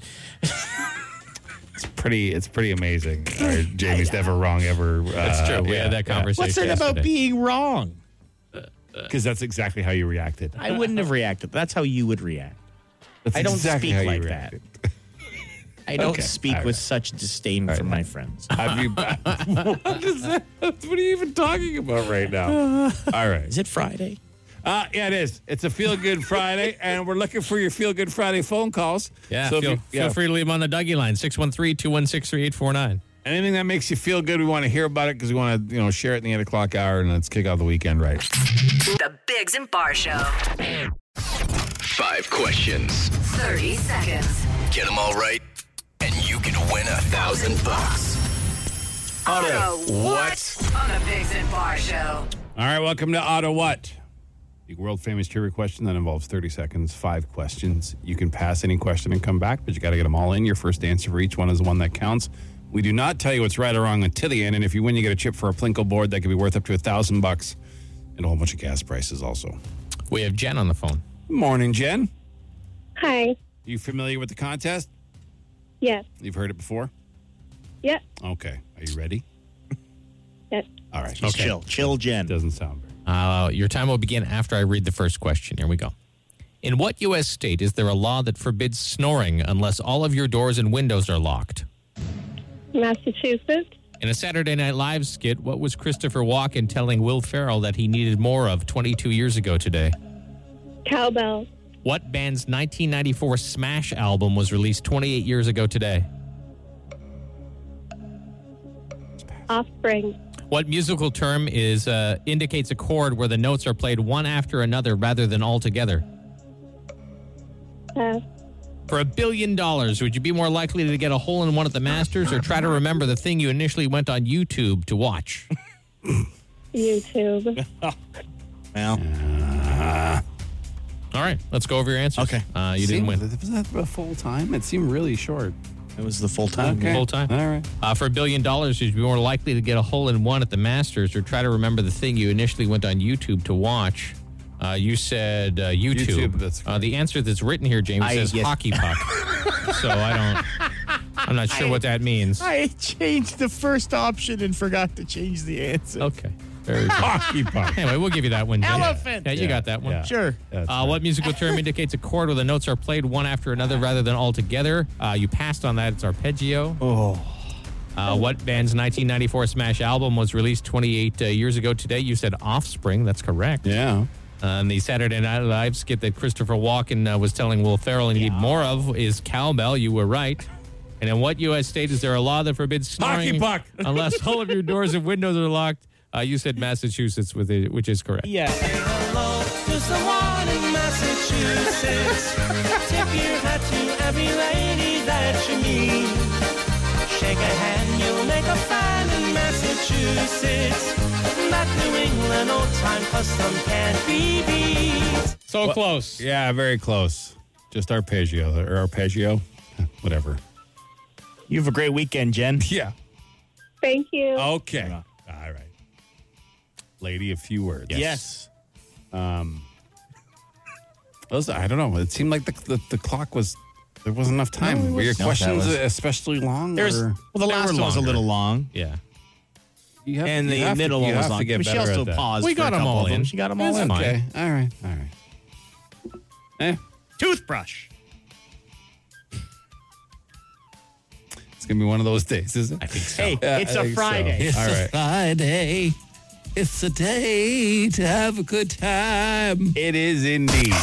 Speaker 2: pretty. It's
Speaker 4: [laughs]
Speaker 2: pretty amazing. Our Jamie's never wrong ever. uh,
Speaker 3: That's true. we had that conversation.
Speaker 4: What's it about
Speaker 3: yesterday.
Speaker 4: being wrong?
Speaker 2: because that's exactly how you reacted.
Speaker 4: I wouldn't have reacted. That's how you would react.
Speaker 2: That's
Speaker 4: I don't
Speaker 2: exactly
Speaker 4: speak
Speaker 2: how you
Speaker 4: like that.
Speaker 2: reacted.
Speaker 4: I don't
Speaker 2: Okay.
Speaker 4: speak
Speaker 2: All
Speaker 4: with such disdain for my friends.
Speaker 2: Have you? [laughs] what, is that? what are you even talking about right now?
Speaker 3: [laughs]
Speaker 2: All right.
Speaker 4: Is it Friday?
Speaker 2: Uh, yeah, it is. It's a feel
Speaker 3: [laughs]
Speaker 2: good Friday, and we're looking for your feel good Friday phone calls.
Speaker 3: Yeah,
Speaker 2: So if
Speaker 3: feel,
Speaker 2: you- yeah.
Speaker 3: feel free to leave them on the Dougie line, 613 216 3849.
Speaker 2: Anything that makes you feel good, we want to hear about it because we want to, you know, share it in the eight o'clock hour, and let's kick off the weekend right.
Speaker 5: The Bigs and Bar Show.
Speaker 1: Five questions.
Speaker 5: 30 seconds.
Speaker 1: Get them all right, and you can win a thousand bucks.
Speaker 5: Auto what? On the Bigs and Bar Show.
Speaker 2: All right, welcome to Auto What, the world famous trivia question that involves 30 seconds, five questions. You can pass any question and come back, but you got to get them all in. Your first answer for each one is the one that counts. We do not tell you what's right or wrong until the end, and if you win, you get a chip for a Plinko board that could be worth up to a thousand bucks, and a whole bunch of gas prices also.
Speaker 3: We have Jen on the phone.
Speaker 2: Morning, Jen.
Speaker 9: Hi.
Speaker 2: You familiar with the contest?
Speaker 9: Yes.
Speaker 2: You've heard it before.
Speaker 9: Yep.
Speaker 2: Okay, are you ready?
Speaker 9: Yes.
Speaker 2: All right.
Speaker 4: Just Chill. Chill, Jen.
Speaker 2: Doesn't sound very.
Speaker 3: Uh, your time will begin after I read the first question. Here we go. In what U.S. state is there a law that forbids snoring unless all of your doors and windows are locked?
Speaker 9: Massachusetts.
Speaker 3: In a Saturday Night Live skit, what was Christopher Walken telling Will Ferrell that he needed more of 22 years ago today?
Speaker 9: Cowbell.
Speaker 3: What band's 1994 Smash album was released 28 years ago today?
Speaker 9: Offspring.
Speaker 3: What musical term is uh, indicates a chord where the notes are played one after another rather than all together?
Speaker 9: Uh,
Speaker 3: For a billion dollars, would you be more likely to get a hole in one at the Masters or try to remember the thing you initially went on YouTube to watch?
Speaker 9: YouTube.
Speaker 4: Well,
Speaker 3: All right, let's go over your answers.
Speaker 4: Okay.
Speaker 3: Uh, you didn't win.
Speaker 2: Was that a full time? It seemed really short. [laughs]
Speaker 4: it was the full time.
Speaker 3: Full time.
Speaker 2: All right.
Speaker 3: Uh, for a billion dollars, would you be more likely to get a hole in one at the Masters or try to remember the thing you initially went on YouTube to watch? Uh, you said uh, YouTube.
Speaker 2: YouTube, that's
Speaker 3: uh, the answer that's written here, James,
Speaker 4: I-
Speaker 3: says
Speaker 4: yes.
Speaker 3: hockey puck. so I don't. I'm not sure what that means.
Speaker 4: I changed the first option and forgot to change the
Speaker 2: Oh,
Speaker 4: answer.
Speaker 3: okay. Very good.
Speaker 2: [laughs]
Speaker 3: [laughs]
Speaker 2: Hockey puck.
Speaker 3: Anyway, we'll give you that one. Jim.
Speaker 4: Elephant.
Speaker 3: Yeah, you got that one.
Speaker 2: Yeah.
Speaker 4: Sure.
Speaker 2: That's
Speaker 3: Uh, what musical term indicates a chord where the notes are played one after another rather than all together? Uh, you passed on that. It's arpeggio. Oh. Uh, what band's 1994 smash album was released 28 uh, years ago today? You said Offspring. That's correct.
Speaker 2: Yeah.
Speaker 3: Uh, and the Saturday Night Live skit that Christopher Walken uh, was telling Will Ferrell he needed more of is Cowbell. You were right. And in what U.S. state is there a law that forbids
Speaker 2: Hockey
Speaker 3: snoring
Speaker 2: puck. [laughs]
Speaker 3: unless all of your doors and windows are locked? Uh, you said Massachusetts, with it, which is correct.
Speaker 4: Yeah.
Speaker 3: So close.
Speaker 2: Yeah, very close. Just arpeggio or arpeggio, [laughs] whatever.
Speaker 4: You have a great weekend, Jen.
Speaker 2: Yeah.
Speaker 9: Thank you.
Speaker 2: Okay. All right. Lady, a few words.
Speaker 4: Yes.
Speaker 2: Those, I don't know. It seemed like the, the, the clock was, there wasn't enough time. were your
Speaker 4: that
Speaker 2: questions
Speaker 4: was-
Speaker 2: especially long?
Speaker 4: There's well,
Speaker 2: or-
Speaker 4: the
Speaker 2: They
Speaker 4: last
Speaker 2: were
Speaker 4: one was a
Speaker 2: longer.
Speaker 4: little long,
Speaker 3: Yeah.
Speaker 2: You have-
Speaker 4: and
Speaker 2: you
Speaker 4: the
Speaker 2: have to-
Speaker 4: middle
Speaker 2: you
Speaker 4: one was
Speaker 2: have to
Speaker 4: long.
Speaker 2: get
Speaker 4: but she
Speaker 2: better
Speaker 4: also
Speaker 2: at that.
Speaker 4: paused.
Speaker 3: We
Speaker 4: for
Speaker 3: got
Speaker 4: a
Speaker 3: 'em
Speaker 4: couple
Speaker 3: all
Speaker 4: of
Speaker 3: in.
Speaker 4: She got them all
Speaker 2: That's
Speaker 4: in.
Speaker 2: okay. All right. All right. Eh,
Speaker 4: Toothbrush.
Speaker 2: it's going to be one of those days, isn't it?
Speaker 4: Hey,
Speaker 2: Yeah,
Speaker 4: it's
Speaker 2: I
Speaker 4: a
Speaker 2: think so.
Speaker 4: Friday.
Speaker 2: All right.
Speaker 4: Friday.
Speaker 2: It's a day to have a good time. It is indeed.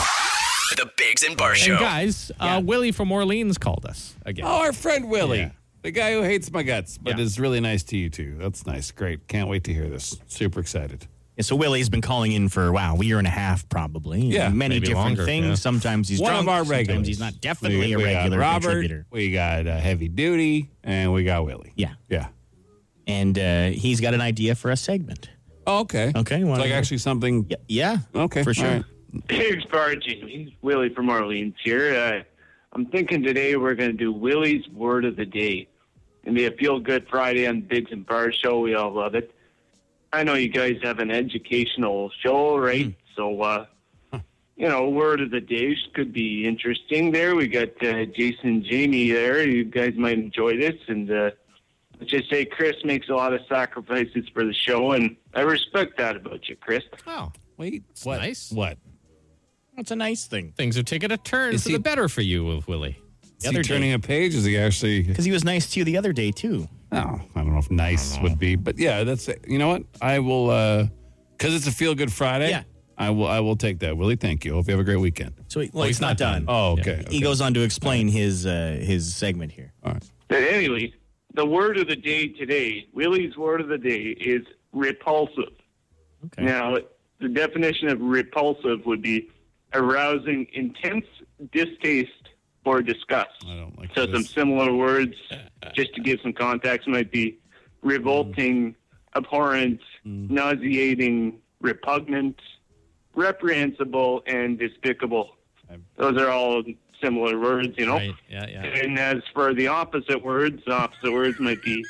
Speaker 1: The Bigs and Bar Show.
Speaker 3: And guys, uh, Willie from Orleans called us again.
Speaker 2: Oh, our friend Willie.
Speaker 3: Yeah.
Speaker 2: The guy who hates my guts, but is really nice to you too. That's nice. Great. Can't wait to hear this. Super excited.
Speaker 4: Yeah, so Willie's been calling in for wow, a year and a half probably.
Speaker 2: Yeah,
Speaker 4: many
Speaker 2: maybe
Speaker 4: different
Speaker 2: longer,
Speaker 4: things.
Speaker 2: yeah.
Speaker 4: Sometimes he's
Speaker 2: One
Speaker 4: drunk.
Speaker 2: of our
Speaker 4: sometimes
Speaker 2: regulars.
Speaker 4: He's not definitely
Speaker 2: we
Speaker 4: a regular
Speaker 2: got Robert,
Speaker 4: contributor.
Speaker 2: We got uh, Heavy Duty, and we got Willie.
Speaker 4: Yeah,
Speaker 2: Yeah.
Speaker 4: and uh, he's got an idea for a segment.
Speaker 2: Oh, okay.
Speaker 4: Okay, well,
Speaker 2: It's like actually something.
Speaker 4: Yeah, yeah.
Speaker 2: Okay.
Speaker 4: for sure.
Speaker 2: all right.
Speaker 10: Pigs Bar Jamie. Willie from Orleans here. Uh, I'm thinking today we're going to do Willie's word of the day. and the Feel Good Friday on Bigs and Bar Show. We all love it. I know you guys have an educational show, right? So, uh, you know, word of the day could be interesting there. We got uh, Jason and Jamie there. You guys might enjoy this. And uh, let's just say Chris makes a lot of sacrifices for the show, and I respect that about you, Chris.
Speaker 3: Oh, wait.
Speaker 2: What?
Speaker 3: Nice.
Speaker 2: What?
Speaker 4: That's a nice thing.
Speaker 3: Things have taken a turn
Speaker 2: Is
Speaker 3: for
Speaker 2: he-
Speaker 3: the better for you, with Willie.
Speaker 2: Is he turning a page? Is he actually?
Speaker 4: Because he was nice to you the other day, too.
Speaker 2: No, Oh, I don't know if nice would be, but yeah, that's it. You know what? I will, uh because it's a feel good Friday.
Speaker 4: Yeah.
Speaker 2: I will. I will take that, Willie. Thank you. Hope you have a great weekend.
Speaker 4: So he, well, he's not done.
Speaker 2: Oh, okay.
Speaker 4: He
Speaker 2: okay.
Speaker 4: goes on to explain his uh, his segment
Speaker 2: [laughs]
Speaker 4: here.
Speaker 10: But anyway, the word of the day today, Willie's word of the day is repulsive.
Speaker 4: Okay.
Speaker 10: Now, the definition of repulsive would be arousing intense distaste or disgust.
Speaker 2: I don't like
Speaker 10: So some
Speaker 2: this. Uh,
Speaker 10: similar words, just to give some context, might be
Speaker 2: Mm.
Speaker 10: revolting, abhorrent, nauseating, repugnant, reprehensible, and despicable. Those are all similar words, you know.
Speaker 3: Right. Yeah, yeah.
Speaker 10: And as for the opposite words, the opposite words might be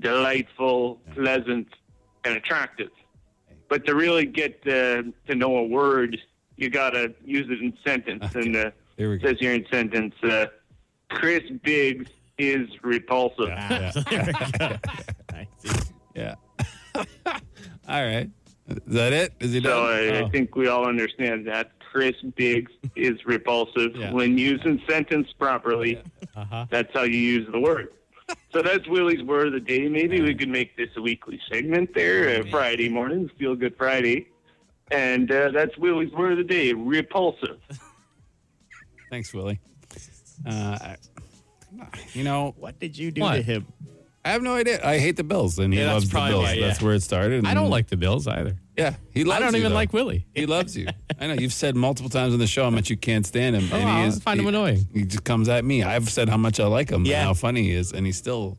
Speaker 10: delightful, pleasant, and attractive. But to really get uh, to know a word, you gotta use it in sentence. And uh,
Speaker 2: Here we
Speaker 10: it
Speaker 2: go.
Speaker 10: says here in sentence, uh, Chris Biggs is repulsive.
Speaker 4: [laughs]
Speaker 2: Yeah. All right. Is that it? Is he done?
Speaker 10: So I,
Speaker 2: Oh.
Speaker 10: I think we all understand that Chris Biggs is repulsive.
Speaker 2: Yeah.
Speaker 10: When used and sentenced properly, that's how you use the word. So that's Willie's word of the day. Maybe we could make this a weekly segment there, uh, Friday mornings, Feel Good Friday. And uh, that's Willie's word of the day, repulsive.
Speaker 2: Thanks, Willie. Uh, I- you know,
Speaker 4: What did you do
Speaker 3: What?
Speaker 4: to him?
Speaker 2: I have no idea. I hate the Bills, and he
Speaker 4: Yeah, that's
Speaker 2: loves the
Speaker 4: probably
Speaker 2: Bills.
Speaker 4: why, yeah.
Speaker 2: That's where it started. and-
Speaker 3: I don't like the Bills either.
Speaker 2: Yeah, he
Speaker 3: I
Speaker 2: loves.
Speaker 3: don't
Speaker 2: you,
Speaker 3: even
Speaker 2: though.
Speaker 3: like Willie.
Speaker 2: He loves you. I know you've said multiple times on the show how much you can't stand him, and
Speaker 3: I
Speaker 2: he is.
Speaker 3: find him
Speaker 2: he-
Speaker 3: annoying.
Speaker 2: He just comes at me. I've said how much I like him
Speaker 4: Yeah.
Speaker 2: and how funny he is, and he still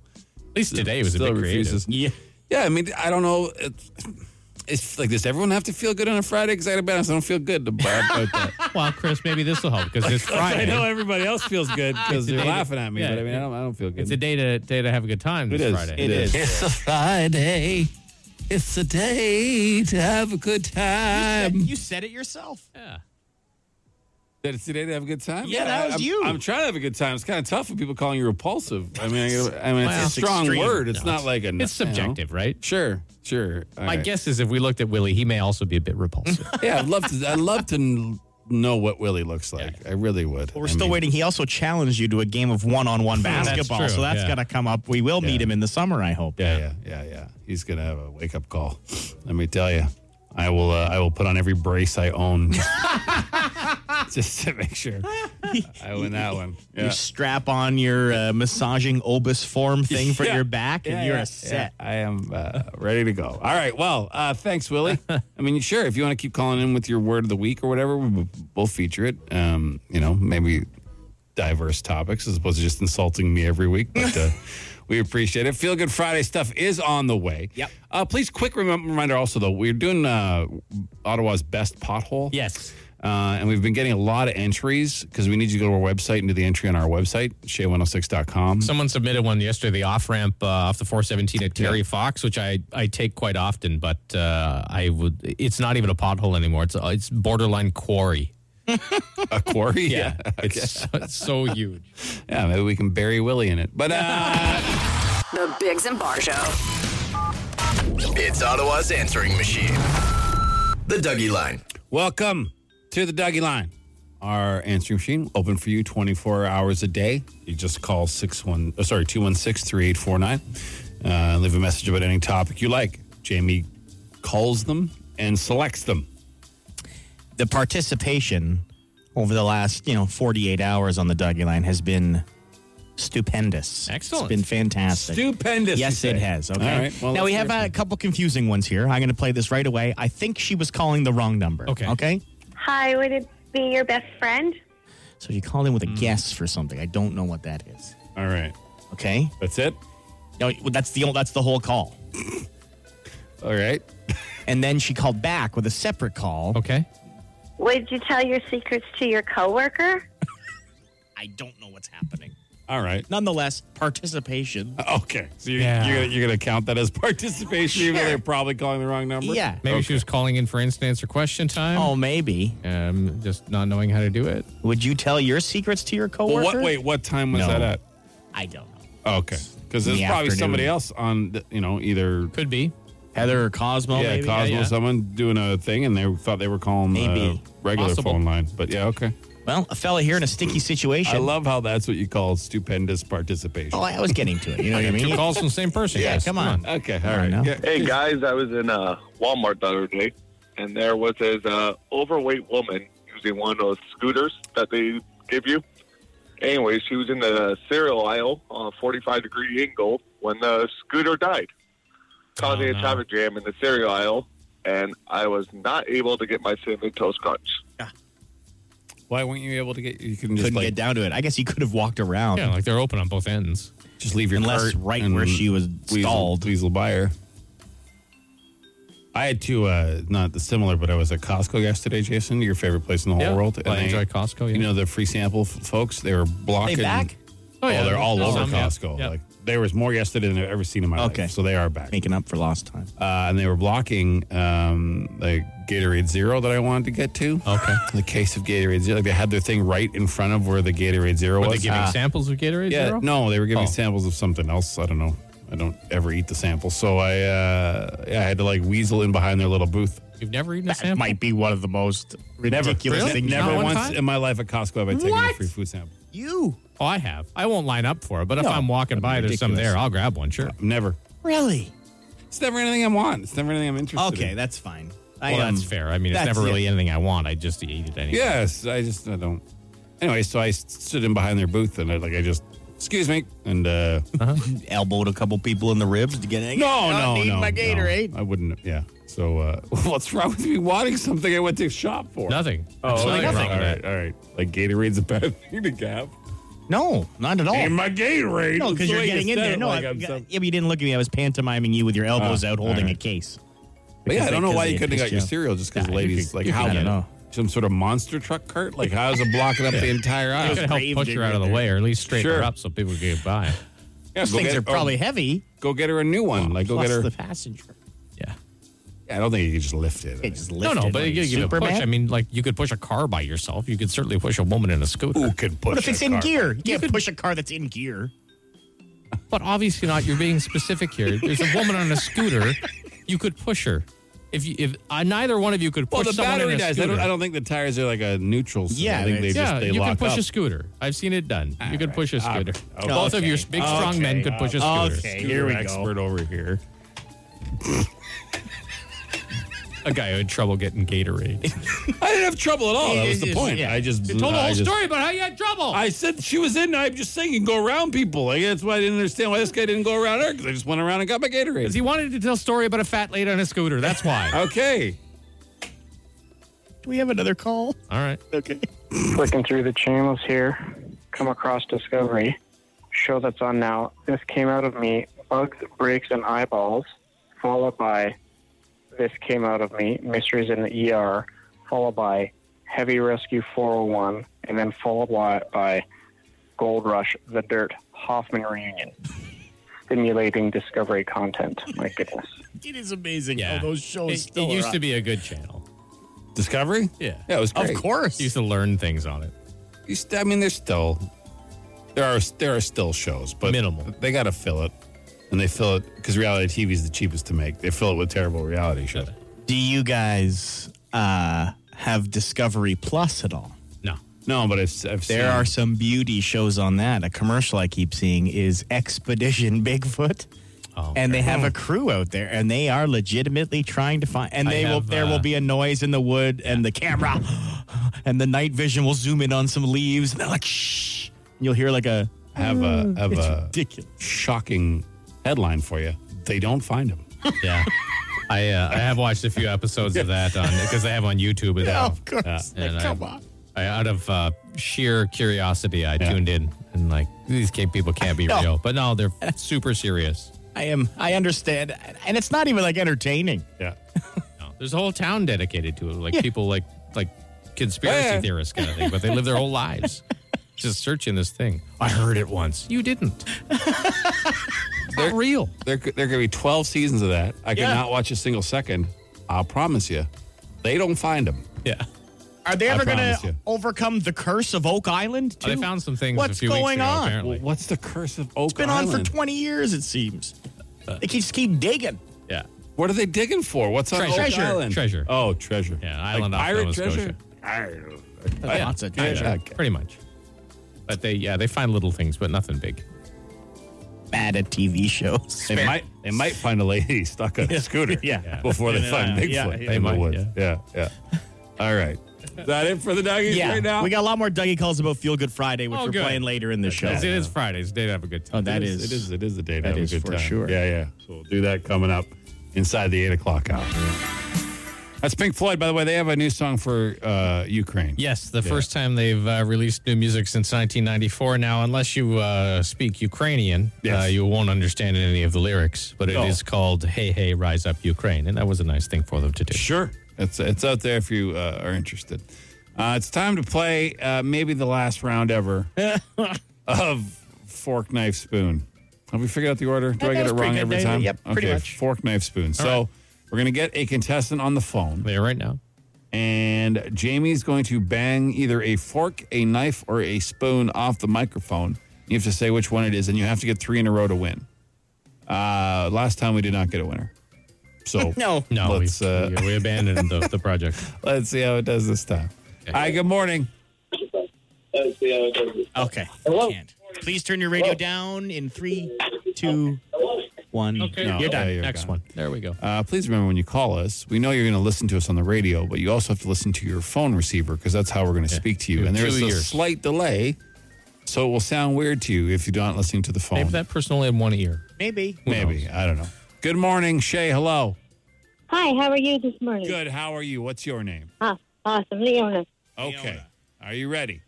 Speaker 3: At least today was a
Speaker 2: still
Speaker 3: bit creative.
Speaker 2: refuses.
Speaker 4: Yeah.
Speaker 2: Yeah, I mean, I don't know. It's, it's like does everyone have to feel good on a Friday? Because I gotta be honest, I don't feel good about that.
Speaker 3: [laughs] Well, Chris, maybe this will help because it's
Speaker 2: I
Speaker 3: Friday.
Speaker 2: know [laughs] everybody else feels good because they're
Speaker 3: day to-
Speaker 2: laughing at me,
Speaker 3: yeah,
Speaker 2: but I mean, I don't, I don't feel good.
Speaker 3: It's a day to day to have a good time
Speaker 2: It
Speaker 3: this
Speaker 2: is.
Speaker 3: Friday.
Speaker 2: It is. It's a Friday. It's a day to have a good time.
Speaker 4: you said it yourself.
Speaker 3: Yeah.
Speaker 2: That [laughs] it's today to have a good time.
Speaker 4: Yeah, that was
Speaker 2: I'm,
Speaker 4: you.
Speaker 2: I'm trying to have a good time. It's kind of tough with people calling you repulsive. I mean, I, I mean,
Speaker 3: Well,
Speaker 2: it's
Speaker 3: it's
Speaker 2: a strong
Speaker 4: extreme.
Speaker 2: word. It's
Speaker 3: No,
Speaker 2: not like a.
Speaker 3: It's subjective, right?
Speaker 2: Sure, sure. All
Speaker 3: My
Speaker 2: right.
Speaker 3: guess is if we looked at Willie, he may also be a bit
Speaker 2: [laughs]
Speaker 3: repulsive.
Speaker 2: Yeah, I'd love to. I'd love to kn- know what Willie looks like. I really would.
Speaker 4: We're
Speaker 2: I
Speaker 4: still
Speaker 2: mean,
Speaker 4: waiting. He also challenged you to a game of one-on-one
Speaker 3: That's
Speaker 4: basketball,
Speaker 3: true,
Speaker 4: so that's
Speaker 3: yeah.
Speaker 4: got to come up. We will meet
Speaker 2: Yeah.
Speaker 4: him in the summer, I hope.
Speaker 2: Yeah, yeah, yeah, yeah. He's gonna have a wake up call. [laughs] Let me tell you. I will. Uh, I will put on every brace I own, [laughs] just to make sure I win that one.
Speaker 4: You
Speaker 2: Yeah.
Speaker 4: strap on your uh, massaging obus form thing for
Speaker 2: Yeah.
Speaker 4: your back, and
Speaker 2: Yeah,
Speaker 4: you're
Speaker 2: yeah,
Speaker 4: a set.
Speaker 2: yeah. I am uh, ready to go. All right. Well, uh, thanks,
Speaker 4: [laughs]
Speaker 2: Willie. I mean, sure, if you want to keep calling in with your word of the week or whatever, we- we'll feature it. Um, you know, maybe diverse topics as opposed to just insulting me every week. But
Speaker 4: [laughs]
Speaker 2: uh, we appreciate it. Feel Good Friday stuff is on the way.
Speaker 4: Yep.
Speaker 2: Uh, please, quick remem- reminder also, though, we're doing uh, Ottawa's best pothole.
Speaker 4: Yes.
Speaker 2: Uh, and we've been getting a lot of entries because we need you to go to our website and do the entry on our website, shay106.com.
Speaker 3: Someone submitted one yesterday, the off ramp uh, off the 417 at Terry Fox, which I, I take quite often, but uh, I would. It's not even a pothole anymore. It's uh, it's borderline quarry.
Speaker 2: a [laughs] quarry?
Speaker 3: [laughs] it's, so, it's so huge.
Speaker 2: Yeah, maybe we can bury Willie in it. But
Speaker 4: [laughs]
Speaker 2: uh,
Speaker 5: The Bigs and Bar Show.
Speaker 1: It's Ottawa's answering machine. The Dougie Line.
Speaker 2: welcome to the Dougie Line. Our answering machine open for you 24 hours a day. You just call 61 oh, sorry 216-3849. Uh, leave a message about any topic you like. Jamie calls them and selects them.
Speaker 4: The participation over the last, you know, 48 hours on the Dougie line has been stupendous.
Speaker 3: Excellent.
Speaker 4: It's been fantastic.
Speaker 2: Stupendous.
Speaker 4: Yes,
Speaker 2: you
Speaker 4: it
Speaker 2: say.
Speaker 4: has. Okay.
Speaker 2: All right. Well,
Speaker 4: now
Speaker 2: let's
Speaker 4: we have
Speaker 2: hear
Speaker 4: a couple confusing ones here. I'm going to play this right away. I think she was calling the wrong number.
Speaker 3: Okay.
Speaker 4: Okay.
Speaker 9: Hi, would it be your best friend?
Speaker 4: So she called in with a
Speaker 2: Hmm.
Speaker 4: guess for something. I don't know what that is.
Speaker 2: from- All right.
Speaker 4: Okay.
Speaker 2: That's it.
Speaker 4: No, that's the that's the whole call.
Speaker 2: All right.
Speaker 4: And then she called back with a separate call.
Speaker 3: Okay.
Speaker 9: Would you tell your secrets to your coworker?
Speaker 4: I don't know what's happening.
Speaker 2: All right. [laughs]
Speaker 4: Nonetheless, participation.
Speaker 2: Okay. So you're,
Speaker 3: Yeah.
Speaker 2: you're, gonna, you're gonna count that as [laughs] participation, even though
Speaker 4: Sure.
Speaker 2: they're probably calling the wrong number.
Speaker 4: Yeah.
Speaker 3: Maybe she was calling in for instance or question time.
Speaker 4: Oh, maybe.
Speaker 3: Um, just not knowing how to do it.
Speaker 4: Would you tell your secrets to your coworker?
Speaker 2: Well, what? Wait. What time was
Speaker 4: No.
Speaker 2: that at?
Speaker 4: I don't know.
Speaker 2: Okay. Because there's
Speaker 4: In the
Speaker 2: probably
Speaker 4: afternoon.
Speaker 2: somebody else on. The, you know, either
Speaker 3: Could be.
Speaker 4: Heather or Cosmo?
Speaker 2: yeah,
Speaker 4: maybe?
Speaker 2: Cosmo,
Speaker 4: yeah.
Speaker 2: someone doing a thing, and they thought they were calling the
Speaker 4: Maybe.
Speaker 2: regular
Speaker 3: Possible.
Speaker 2: phone line. But yeah, okay.
Speaker 4: Well, a fella here in a sticky situation.
Speaker 2: I love how that's what you call stupendous participation.
Speaker 4: Oh, I was getting to it. You know
Speaker 2: [laughs]
Speaker 4: what I mean?
Speaker 3: Two calls from the same person.
Speaker 4: Yeah,
Speaker 3: guys.
Speaker 4: come on.
Speaker 2: Okay. All
Speaker 4: I
Speaker 2: right.
Speaker 4: know.
Speaker 2: Yeah.
Speaker 10: Hey guys, I was in uh, Walmart the other day, and there was this uh, overweight woman using one of those scooters that they give you. Anyway, she was in the cereal aisle on a 45 degree angle when the scooter died, causing a traffic jam in the cereal aisle, and I was not able to get my cinnamon toast crunch.
Speaker 2: Why weren't you able to get? You can just
Speaker 4: Couldn't
Speaker 2: like
Speaker 4: get down to it. I guess you could have walked around.
Speaker 3: Yeah, like they're open on both ends.
Speaker 2: just leave your
Speaker 4: Unless
Speaker 2: cart
Speaker 4: right
Speaker 2: and
Speaker 4: where she was
Speaker 2: weasel,
Speaker 4: stalled.
Speaker 2: weasel buyer. I had two, uh, not the similar, but I was at Costco yesterday, Jason, your favorite place in the whole
Speaker 3: Yeah.
Speaker 2: world.
Speaker 3: Well, I
Speaker 2: they-
Speaker 3: enjoy Costco, yeah.
Speaker 2: You know, the free sample f- folks, they were blocking.
Speaker 4: back?
Speaker 2: Oh,
Speaker 3: yeah.
Speaker 2: they're all
Speaker 3: There's
Speaker 2: over
Speaker 3: some, yeah.
Speaker 2: Costco.
Speaker 3: Yeah.
Speaker 2: Like there was more yesterday than I've ever seen in my
Speaker 4: Okay.
Speaker 2: life. So they are back.
Speaker 4: Making up for lost time.
Speaker 2: uh, and they were blocking um, the Gatorade Zero that I wanted to get to.
Speaker 3: Okay.
Speaker 2: The case of Gatorade Zero, like they had their thing right in front of where the Gatorade Zero
Speaker 3: Were
Speaker 2: was.
Speaker 3: they giving
Speaker 2: Ah.
Speaker 3: samples of Gatorade
Speaker 2: yeah,
Speaker 3: Zero?
Speaker 2: no, they were giving
Speaker 3: Oh.
Speaker 2: samples of something else. I don't know. I don't ever eat the sample, so I uh, yeah, I had to like weasel in behind their little booth.
Speaker 3: You've never eaten a sample?
Speaker 4: be one of the most
Speaker 2: Never,
Speaker 3: Really? thing
Speaker 2: never
Speaker 3: Not one
Speaker 2: once
Speaker 3: time?
Speaker 2: in my life at Costco have I taken a free food sample.
Speaker 4: You
Speaker 3: Oh, I have. I won't line up for it, but if
Speaker 4: No,
Speaker 3: I'm walking by, there's some
Speaker 4: ridiculous.
Speaker 3: there. I'll grab one, sure.
Speaker 2: Never.
Speaker 4: really?
Speaker 2: It's never anything I want. It's never anything
Speaker 4: [laughs]
Speaker 2: I'm interested.
Speaker 4: Okay,
Speaker 2: in.
Speaker 4: that's fine. I
Speaker 3: Well,
Speaker 4: am-
Speaker 3: that's fair. I mean, it's
Speaker 4: that's
Speaker 3: never really
Speaker 4: it.
Speaker 3: anything I want. I just eat it anyway.
Speaker 2: Yes, I just I don't. Anyway, so I s- stood in behind their booth and I, like I just excuse me and uh,
Speaker 4: Elbowed a couple people in the ribs to get angry.
Speaker 2: no no
Speaker 4: need
Speaker 2: no
Speaker 4: my
Speaker 2: no.
Speaker 4: Gatorade.
Speaker 2: I wouldn't. Yeah. So uh, [laughs] what's wrong with me wanting something I went to shop for?
Speaker 3: Nothing.
Speaker 2: Oh,
Speaker 3: Absolutely
Speaker 2: okay.
Speaker 3: nothing.
Speaker 2: All right, all right. Like Gatorade's a bad [laughs] thing to have.
Speaker 4: No, not at all.
Speaker 2: Ain't my Gatorade.
Speaker 4: Oh. No, because
Speaker 2: That's the
Speaker 4: you're
Speaker 2: way
Speaker 4: getting
Speaker 2: you
Speaker 4: in
Speaker 2: said
Speaker 4: there.
Speaker 2: it,
Speaker 4: No,
Speaker 2: like
Speaker 4: I,
Speaker 2: I'm
Speaker 4: yeah,
Speaker 2: some-
Speaker 4: but you didn't look at me. I was pantomiming you with your elbows
Speaker 2: Ah,
Speaker 4: out, holding
Speaker 2: alright.
Speaker 4: a case.
Speaker 2: But yeah, I
Speaker 4: because
Speaker 2: don't
Speaker 4: they-
Speaker 2: know why
Speaker 4: 'cause
Speaker 2: you
Speaker 4: they
Speaker 2: couldn't have got your
Speaker 4: pissed you
Speaker 2: cereal just because
Speaker 4: Yeah, you
Speaker 2: ladies
Speaker 4: could-
Speaker 2: like
Speaker 4: you could
Speaker 2: how
Speaker 4: get it.
Speaker 2: know. some sort of monster truck cart. Like how is it blocking up the entire
Speaker 4: [laughs]
Speaker 3: It could
Speaker 2: aisle?
Speaker 3: help
Speaker 4: Graved
Speaker 3: push
Speaker 4: it
Speaker 3: her out
Speaker 4: right
Speaker 3: of the
Speaker 4: there.
Speaker 3: way or at least straighten
Speaker 2: Sure.
Speaker 3: her up so people can get by.
Speaker 2: Yeah,
Speaker 4: Those
Speaker 2: go
Speaker 4: things
Speaker 2: get-
Speaker 4: are probably
Speaker 2: oh,
Speaker 4: heavy.
Speaker 2: go get her a new one. Like go
Speaker 4: plus
Speaker 2: get her.
Speaker 4: the passenger.
Speaker 3: Yeah.
Speaker 2: Yeah, I don't think you could just lift it.
Speaker 4: It just
Speaker 3: No,
Speaker 4: lifted.
Speaker 3: no, but
Speaker 4: like
Speaker 3: you could give it a push.
Speaker 4: Superman.
Speaker 3: I mean, like, you could push a car by yourself. You could certainly push a woman in a scooter.
Speaker 2: Who could push?
Speaker 4: What if
Speaker 2: a
Speaker 4: it's in
Speaker 2: car?
Speaker 4: gear? You can't
Speaker 3: could-
Speaker 4: push a car that's in gear.
Speaker 3: But obviously not. You're being specific
Speaker 2: [laughs]
Speaker 3: here. There's a woman on a scooter. You could push her. If you, if uh, neither one of you could
Speaker 2: Well,
Speaker 3: push
Speaker 2: the
Speaker 3: someone in
Speaker 2: battery
Speaker 3: a
Speaker 2: dies. I
Speaker 3: scooter,
Speaker 2: don't, I don't think the tires are like a neutral. So
Speaker 4: Yeah,
Speaker 2: I think they
Speaker 4: it's-
Speaker 2: just
Speaker 3: yeah,
Speaker 2: they
Speaker 3: you can
Speaker 2: lock
Speaker 3: push
Speaker 2: up.
Speaker 3: a scooter. I've seen it done. you could push a scooter.
Speaker 2: right.
Speaker 3: Both of
Speaker 4: Okay.
Speaker 3: your big, strong men could push a scooter.
Speaker 4: Okay, here we
Speaker 2: You're
Speaker 4: go.
Speaker 2: expert over here.
Speaker 3: A guy who had trouble getting
Speaker 2: [laughs]
Speaker 3: Gatorade.
Speaker 2: I didn't have trouble at all. That was the
Speaker 4: Yeah,
Speaker 2: point.
Speaker 4: yeah.
Speaker 2: I just
Speaker 3: Told the
Speaker 2: I
Speaker 3: whole
Speaker 2: just-
Speaker 3: story about how you had trouble.
Speaker 2: I said she was in. I'm just saying you can go around people. Like, that's why I didn't understand why this guy didn't go around her because I just went around and got my Gatorade.
Speaker 3: he wanted to tell a story about a fat lady on a scooter. That's why.
Speaker 2: okay.
Speaker 4: Do we have another call?
Speaker 3: All right.
Speaker 4: Okay.
Speaker 11: Flicking through the channels here, come across Discovery, show that's on now. This came out of me, Bugs, Breaks, and Eyeballs, followed by This Came Out of Me, Mysteries in the ER, followed by Heavy Rescue 401, and then followed by, by Gold Rush, The Dirt, Hoffman Reunion. [laughs] Stimulating Discovery content. My goodness.
Speaker 4: It is amazing
Speaker 3: Yeah.
Speaker 4: how those shows
Speaker 3: It,
Speaker 4: still
Speaker 3: it used
Speaker 4: are
Speaker 3: to
Speaker 4: on.
Speaker 3: be a good channel.
Speaker 2: Discovery?
Speaker 3: Yeah.
Speaker 2: Yeah, it was
Speaker 4: Of
Speaker 2: great.
Speaker 4: course.
Speaker 3: Used to learn things on it.
Speaker 2: You st- I mean, there's still there are there are still shows, but
Speaker 3: Minimal.
Speaker 2: They got to fill it, and they fill it because reality TV is the cheapest to make. They fill it with terrible reality shows.
Speaker 4: Do you guys uh, have Discovery Plus at all?
Speaker 3: No.
Speaker 2: No, but I've, I've seen
Speaker 4: There are some beauty shows on that. A commercial I keep seeing is Expedition Bigfoot.
Speaker 3: Oh.
Speaker 4: And they have a crew out there, and they are legitimately trying to find. And
Speaker 3: I
Speaker 4: they will.
Speaker 3: have,
Speaker 4: there
Speaker 3: uh,
Speaker 4: will be a noise in the wood, and the camera, [gasps] and the night vision will zoom in on some leaves, and they're like, "Shh!" You'll hear like a. Mm.
Speaker 2: have a have
Speaker 4: It's
Speaker 2: a
Speaker 3: [laughs]
Speaker 4: ridiculous.
Speaker 2: shocking headline for you. They don't find him.
Speaker 3: Yeah. I uh, I have watched a few episodes of that on because they have on YouTube as well.
Speaker 4: of course.
Speaker 3: Yeah,
Speaker 4: Like,
Speaker 3: and I-
Speaker 4: come on.
Speaker 3: I, out of uh, sheer curiosity, I tuned in and like these ca- people can't be
Speaker 4: No.
Speaker 3: real, but no, they're super serious.
Speaker 4: I am. I understand, and it's not even like entertaining.
Speaker 2: Yeah.
Speaker 3: No, there's a whole town dedicated to it, like
Speaker 4: Yeah.
Speaker 3: people like like conspiracy
Speaker 2: Yeah.
Speaker 3: theorists kind of thing, but they live their whole lives. just searching this thing. I heard it once. You didn't. it's not real.
Speaker 2: There, could- there could be 12 seasons of that. I could
Speaker 4: Yeah.
Speaker 2: not watch a single second. I'll promise you, they don't find them.
Speaker 3: Yeah.
Speaker 4: Are they
Speaker 2: I
Speaker 4: ever going
Speaker 2: promise you.
Speaker 4: to overcome the curse of Oak Island?
Speaker 3: Oh, they
Speaker 4: too?
Speaker 3: found some things a
Speaker 4: What's
Speaker 3: few weeks
Speaker 4: going
Speaker 3: ago,
Speaker 4: on?
Speaker 3: apparently.
Speaker 2: Well, what's the curse of Oak
Speaker 4: It's been
Speaker 2: Island?
Speaker 4: on for 20 years, it seems. They keep- just keep digging.
Speaker 3: Yeah.
Speaker 2: What are they digging for? What's on Oak
Speaker 3: Treasure. Treasure.
Speaker 2: Island?
Speaker 3: Treasure.
Speaker 2: Oh, treasure.
Speaker 3: Yeah, island
Speaker 2: like
Speaker 3: off
Speaker 2: pirate
Speaker 3: Nova
Speaker 2: treasure.
Speaker 3: Scotia.
Speaker 4: Yeah. Lots of treasure.
Speaker 3: Yeah, pretty much. But they, yeah, they find little things, but nothing big.
Speaker 4: Bad at TV shows.
Speaker 2: They might they might find a lady [laughs] stuck on a scooter
Speaker 4: Yeah.
Speaker 2: before they
Speaker 4: Yeah.
Speaker 2: find Bigfoot
Speaker 4: Yeah,
Speaker 2: in
Speaker 4: they
Speaker 2: the
Speaker 3: might,
Speaker 2: woods. Yeah. yeah, All right. Is that it for the Doggies
Speaker 4: Yeah.
Speaker 2: [laughs] right now?
Speaker 4: We got a lot more Dougie calls about Feel Good Friday, which
Speaker 3: Oh,
Speaker 4: we're
Speaker 3: good.
Speaker 4: playing later in the show.
Speaker 3: It is Fridays. They have a good time.
Speaker 4: Oh, that is.
Speaker 2: It is it is the day to
Speaker 4: That
Speaker 2: have a
Speaker 4: is
Speaker 2: good
Speaker 4: for
Speaker 2: time.
Speaker 4: sure.
Speaker 2: Yeah, yeah. So we'll do that coming up inside the eight o'clock hour. That's Pink Floyd, by the way. They have a new song for uh, Ukraine.
Speaker 3: Yes, the first time they've uh, released new music since 1994. Now, unless you uh, speak Ukrainian,
Speaker 2: Yes.
Speaker 3: uh, you won't understand any of the lyrics. But it is
Speaker 2: No.
Speaker 3: called "Hey Hey Rise Up Ukraine," and that was a nice thing for them to do.
Speaker 2: Sure. It's it's out there if you uh, are interested. Uh, it's time to play uh, maybe the last round
Speaker 4: [laughs]
Speaker 2: ever of Fork Knife Spoon. Have we figured out the order? Do I get
Speaker 4: was
Speaker 2: it
Speaker 4: pretty
Speaker 2: wrong
Speaker 4: good,
Speaker 2: every
Speaker 4: David.
Speaker 2: time?
Speaker 4: Yep, pretty
Speaker 2: okay,
Speaker 4: much.
Speaker 2: Fork Knife Spoon. so we're going to get a contestant on the phone,
Speaker 3: There, right now.
Speaker 2: and Jamie's going to bang either a fork, a knife, or a spoon off the microphone. You have to say which one it is, and you have to get three in a row to win. Uh, last time we did not get a winner. So
Speaker 4: [laughs] No.
Speaker 3: No, we,
Speaker 2: Let's, uh,
Speaker 3: we, we abandoned the, the
Speaker 2: [laughs]
Speaker 3: project.
Speaker 2: Let's see how it does this time. Hi, good morning.
Speaker 4: Okay. Can't. Please turn your radio down in three, two, one. No.
Speaker 3: you're done.
Speaker 2: yeah, you're
Speaker 3: Next one.
Speaker 2: gone.
Speaker 3: There we go.
Speaker 2: Uh, please remember when you call us, we know you're going to listen to us on the radio, but you also have to listen to your phone receiver because that's how we're going to speak to you.
Speaker 3: In
Speaker 2: And there's
Speaker 3: two
Speaker 2: a
Speaker 3: years.
Speaker 2: slight delay, so it will sound weird to you if you're not listening to the phone.
Speaker 3: Maybe that person only had one ear.
Speaker 4: Maybe.
Speaker 2: Maybe. I don't know. Good morning, Shay. Hello.
Speaker 12: Hi, how are you this morning?
Speaker 2: Good. How are you? What's your name?
Speaker 12: Ah, awesome, Leona.
Speaker 2: Okay. Are you ready?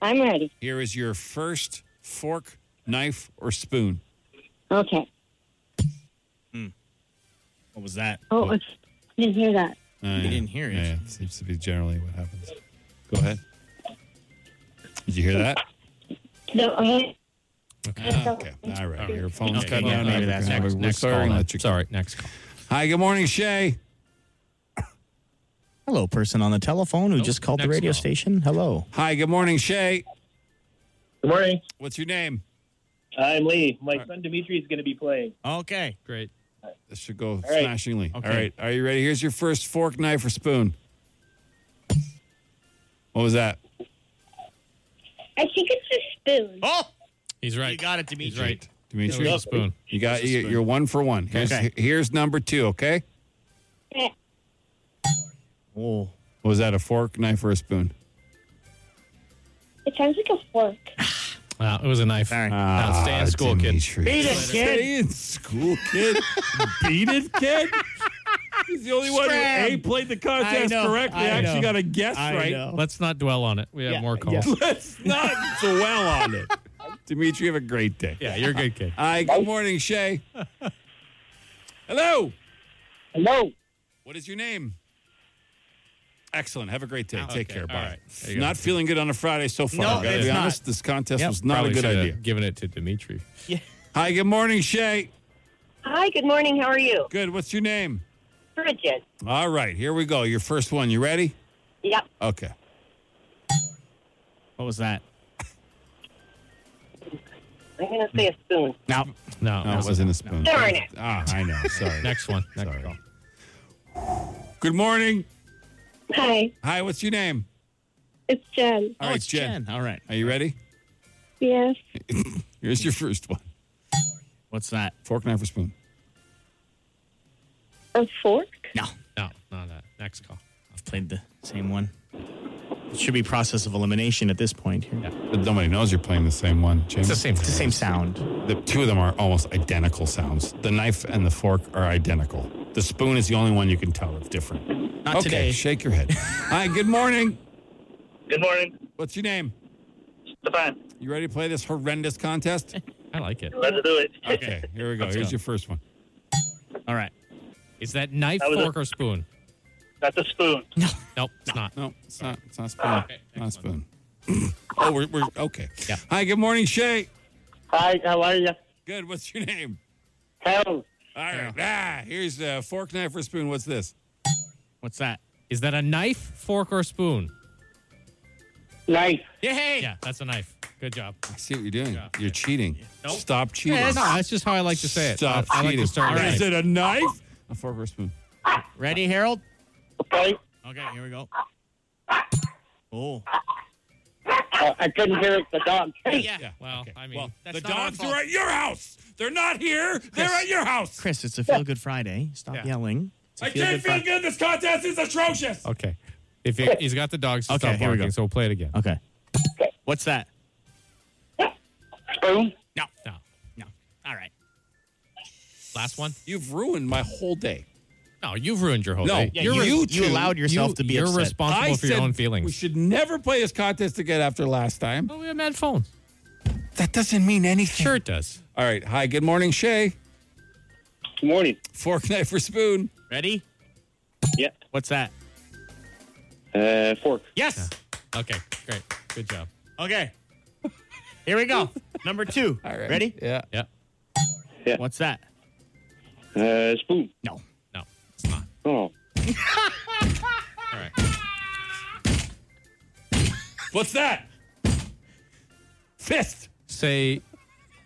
Speaker 12: I'm ready.
Speaker 2: Here is your first fork, knife, or spoon.
Speaker 12: Okay.
Speaker 4: What was that?
Speaker 12: Oh, I didn't hear that.
Speaker 2: You
Speaker 4: didn't hear it.
Speaker 2: Uh, Yeah, it seems to be generally what happens. Go ahead. Did you hear that?
Speaker 12: No, okay.
Speaker 2: Okay. All right. Your phone's
Speaker 4: Okay,
Speaker 2: cut
Speaker 4: yeah,
Speaker 2: down.
Speaker 4: maybe
Speaker 2: We're
Speaker 4: that's
Speaker 2: gonna-
Speaker 4: next-
Speaker 2: we're
Speaker 3: Next
Speaker 2: sorry,
Speaker 3: call.
Speaker 2: I'll
Speaker 3: then.
Speaker 2: let you-
Speaker 3: Sorry, next call.
Speaker 2: Hi. Good morning, Shay.
Speaker 4: Hello, person on the telephone who just called the
Speaker 3: next
Speaker 4: radio
Speaker 3: call.
Speaker 4: station. Hello.
Speaker 2: Hi. Good morning, Shay.
Speaker 6: Good morning.
Speaker 2: What's your name?
Speaker 6: I'm Lee. My son Dimitri is going to be playing.
Speaker 4: Okay.
Speaker 3: Great.
Speaker 2: This should go
Speaker 6: right.
Speaker 2: smashingly.
Speaker 4: Okay.
Speaker 2: All right. Are you ready? Here's your first fork, knife, or spoon. What was that?
Speaker 12: I think it's a spoon.
Speaker 4: Oh,
Speaker 3: He's right.
Speaker 4: you got it, Dimitri.
Speaker 3: He's right. There
Speaker 2: Dimitri.
Speaker 3: was a spoon.
Speaker 2: You got you, you're one for one. Here's,
Speaker 4: Okay.
Speaker 2: here's number two. Okay.
Speaker 12: Eh,
Speaker 4: Oh.
Speaker 2: What was that? A fork, knife, or a spoon?
Speaker 12: It sounds like a fork.
Speaker 3: Wow, it was a knife.
Speaker 4: Sorry.
Speaker 3: Outstanding school kid.
Speaker 2: Dimitri.
Speaker 4: Beat it, kid.
Speaker 2: Stay in school, kid. [laughs] Beat it, kid. He's the only one who
Speaker 4: Scram.
Speaker 2: A played the contest
Speaker 4: I know,
Speaker 2: correctly.
Speaker 4: I
Speaker 2: actually
Speaker 4: know.
Speaker 2: got a guess
Speaker 4: I
Speaker 2: right.
Speaker 4: know.
Speaker 3: Let's not dwell on it. We have
Speaker 4: Yeah,
Speaker 3: more calls.
Speaker 4: yeah.
Speaker 2: Let's not dwell on it. [laughs] Dimitri, have a great day.
Speaker 3: [laughs] yeah, you're a good kid.
Speaker 2: Hi, good morning, Shay. Hello.
Speaker 6: Hello.
Speaker 2: What is your name? Excellent. Have a great day. Take
Speaker 3: okay.
Speaker 2: care.
Speaker 3: All
Speaker 2: Bye.
Speaker 3: right. There you go.
Speaker 2: Not feeling good on a Friday so far.
Speaker 4: No,
Speaker 2: I've gotta
Speaker 4: it's
Speaker 2: be
Speaker 4: not.
Speaker 2: honest. This contest
Speaker 4: Yep.
Speaker 2: was not
Speaker 3: Probably
Speaker 2: a good
Speaker 3: should have
Speaker 2: idea.
Speaker 3: Given it to Dimitri.
Speaker 2: Hi, good morning, Shay.
Speaker 12: Hi, good morning. How are you?
Speaker 2: Good. What's your name?
Speaker 12: Bridget.
Speaker 2: All right, here we go. Your first one. You ready?
Speaker 12: Yep.
Speaker 2: Okay.
Speaker 4: What was that?
Speaker 12: I'm going to say a spoon.
Speaker 4: No.
Speaker 3: No,
Speaker 2: No, it wasn't a spoon.
Speaker 12: Darn it.
Speaker 2: Ah, I know. Sorry.
Speaker 3: Next one. Next
Speaker 2: Sorry.
Speaker 3: call.
Speaker 2: Good morning.
Speaker 12: Hi,
Speaker 2: Hi, what's your name?
Speaker 12: it's Jen.
Speaker 4: oh,
Speaker 2: All right,
Speaker 4: it's Jen. All right.
Speaker 2: Are you ready?
Speaker 12: Yes.
Speaker 2: Here's your first one.
Speaker 4: What's that?
Speaker 2: Fork, knife, or spoon.
Speaker 12: A fork?
Speaker 4: No.
Speaker 3: No, not that. Next call.
Speaker 4: I've played the same one. It should be process of elimination at this point here.
Speaker 2: But nobody knows you're playing the same one,
Speaker 3: It's
Speaker 2: James.
Speaker 3: the same.
Speaker 4: It's the same sound.
Speaker 2: The two of them are almost identical sounds. The knife and the fork are identical. The spoon is the only one you can tell that's different.
Speaker 4: Not
Speaker 2: okay,
Speaker 4: today.
Speaker 2: shake your head. Hi, good morning.
Speaker 6: Good morning.
Speaker 2: What's your name?
Speaker 6: Stefan.
Speaker 2: You ready to play this horrendous contest?
Speaker 3: I like it.
Speaker 6: Let's do it.
Speaker 2: Okay, here we go. Here's
Speaker 4: go.
Speaker 2: your first one.
Speaker 4: All right.
Speaker 3: Is that knife,
Speaker 6: That was a-
Speaker 3: fork, or spoon?
Speaker 6: That's a spoon.
Speaker 3: Nope, it's not.
Speaker 2: No, it's not. It's not spoon. [clears throat] not spoon. Oh, we're, we're okay. Yeah. Hi, good morning, Shay.
Speaker 13: Hi, how are you?
Speaker 2: Good. What's your name?
Speaker 13: Harold.
Speaker 2: All right. Ah, here's a fork, knife, or spoon. What's this?
Speaker 3: What's that? Is that a knife, fork, or spoon?
Speaker 13: Knife.
Speaker 3: Yay! Yeah, that's a knife. Good job.
Speaker 2: I see what you're doing. You're cheating. Stop cheating.
Speaker 3: Yeah, no, that's just how I like to say it.
Speaker 2: Stop
Speaker 3: I, I like
Speaker 2: cheating.
Speaker 3: to start.
Speaker 2: All right.
Speaker 3: with
Speaker 2: Is it a knife? A fork or a spoon?
Speaker 4: Ready, Harold?
Speaker 13: Okay.
Speaker 4: Okay, here we go. Oh.
Speaker 13: Uh, I couldn't hear it, the dog.
Speaker 4: Yeah.
Speaker 3: Well, I mean, that's
Speaker 2: the
Speaker 3: not our
Speaker 2: dogs
Speaker 3: fault.
Speaker 2: are at your house. They're not here. They're at your house.
Speaker 4: Chris, it's a feel good Friday. Stop yelling. It's a
Speaker 2: I can't
Speaker 4: Fri-
Speaker 2: feel good. This contest is atrocious.
Speaker 3: Okay. If you, he's got the dogs to
Speaker 4: Okay,
Speaker 3: stop
Speaker 4: here we
Speaker 3: barking,
Speaker 4: go.
Speaker 3: so we'll play it again.
Speaker 4: Okay. What's that?
Speaker 13: Spoon.
Speaker 4: No.
Speaker 3: No.
Speaker 4: No. All right.
Speaker 3: Last one.
Speaker 2: You've ruined my whole day.
Speaker 3: No, you've ruined your whole
Speaker 2: No,
Speaker 3: day.
Speaker 2: yeah,
Speaker 3: You're
Speaker 2: you
Speaker 3: re-
Speaker 2: two- You allowed
Speaker 4: yourself to be
Speaker 3: You're
Speaker 4: upset.
Speaker 3: responsible for your own feelings.
Speaker 2: We should never play this contest again after last time.
Speaker 3: Oh, we have mad phones.
Speaker 2: That doesn't mean anything.
Speaker 3: Sure, it does.
Speaker 2: All right. Hi. Good morning, Shay.
Speaker 13: Good morning.
Speaker 2: Fork, knife, or spoon?
Speaker 4: Ready?
Speaker 13: Yeah.
Speaker 4: What's that?
Speaker 13: Uh, fork.
Speaker 4: Yes.
Speaker 3: Okay, great. Good job.
Speaker 4: Okay. Here we go. Number two.
Speaker 2: All right.
Speaker 4: Ready?
Speaker 2: Yeah.
Speaker 3: Yeah.
Speaker 4: What's that?
Speaker 13: Uh, spoon.
Speaker 4: No.
Speaker 3: No, it's not.
Speaker 13: Oh.
Speaker 3: All right.
Speaker 2: What's that? Fist.
Speaker 3: Say,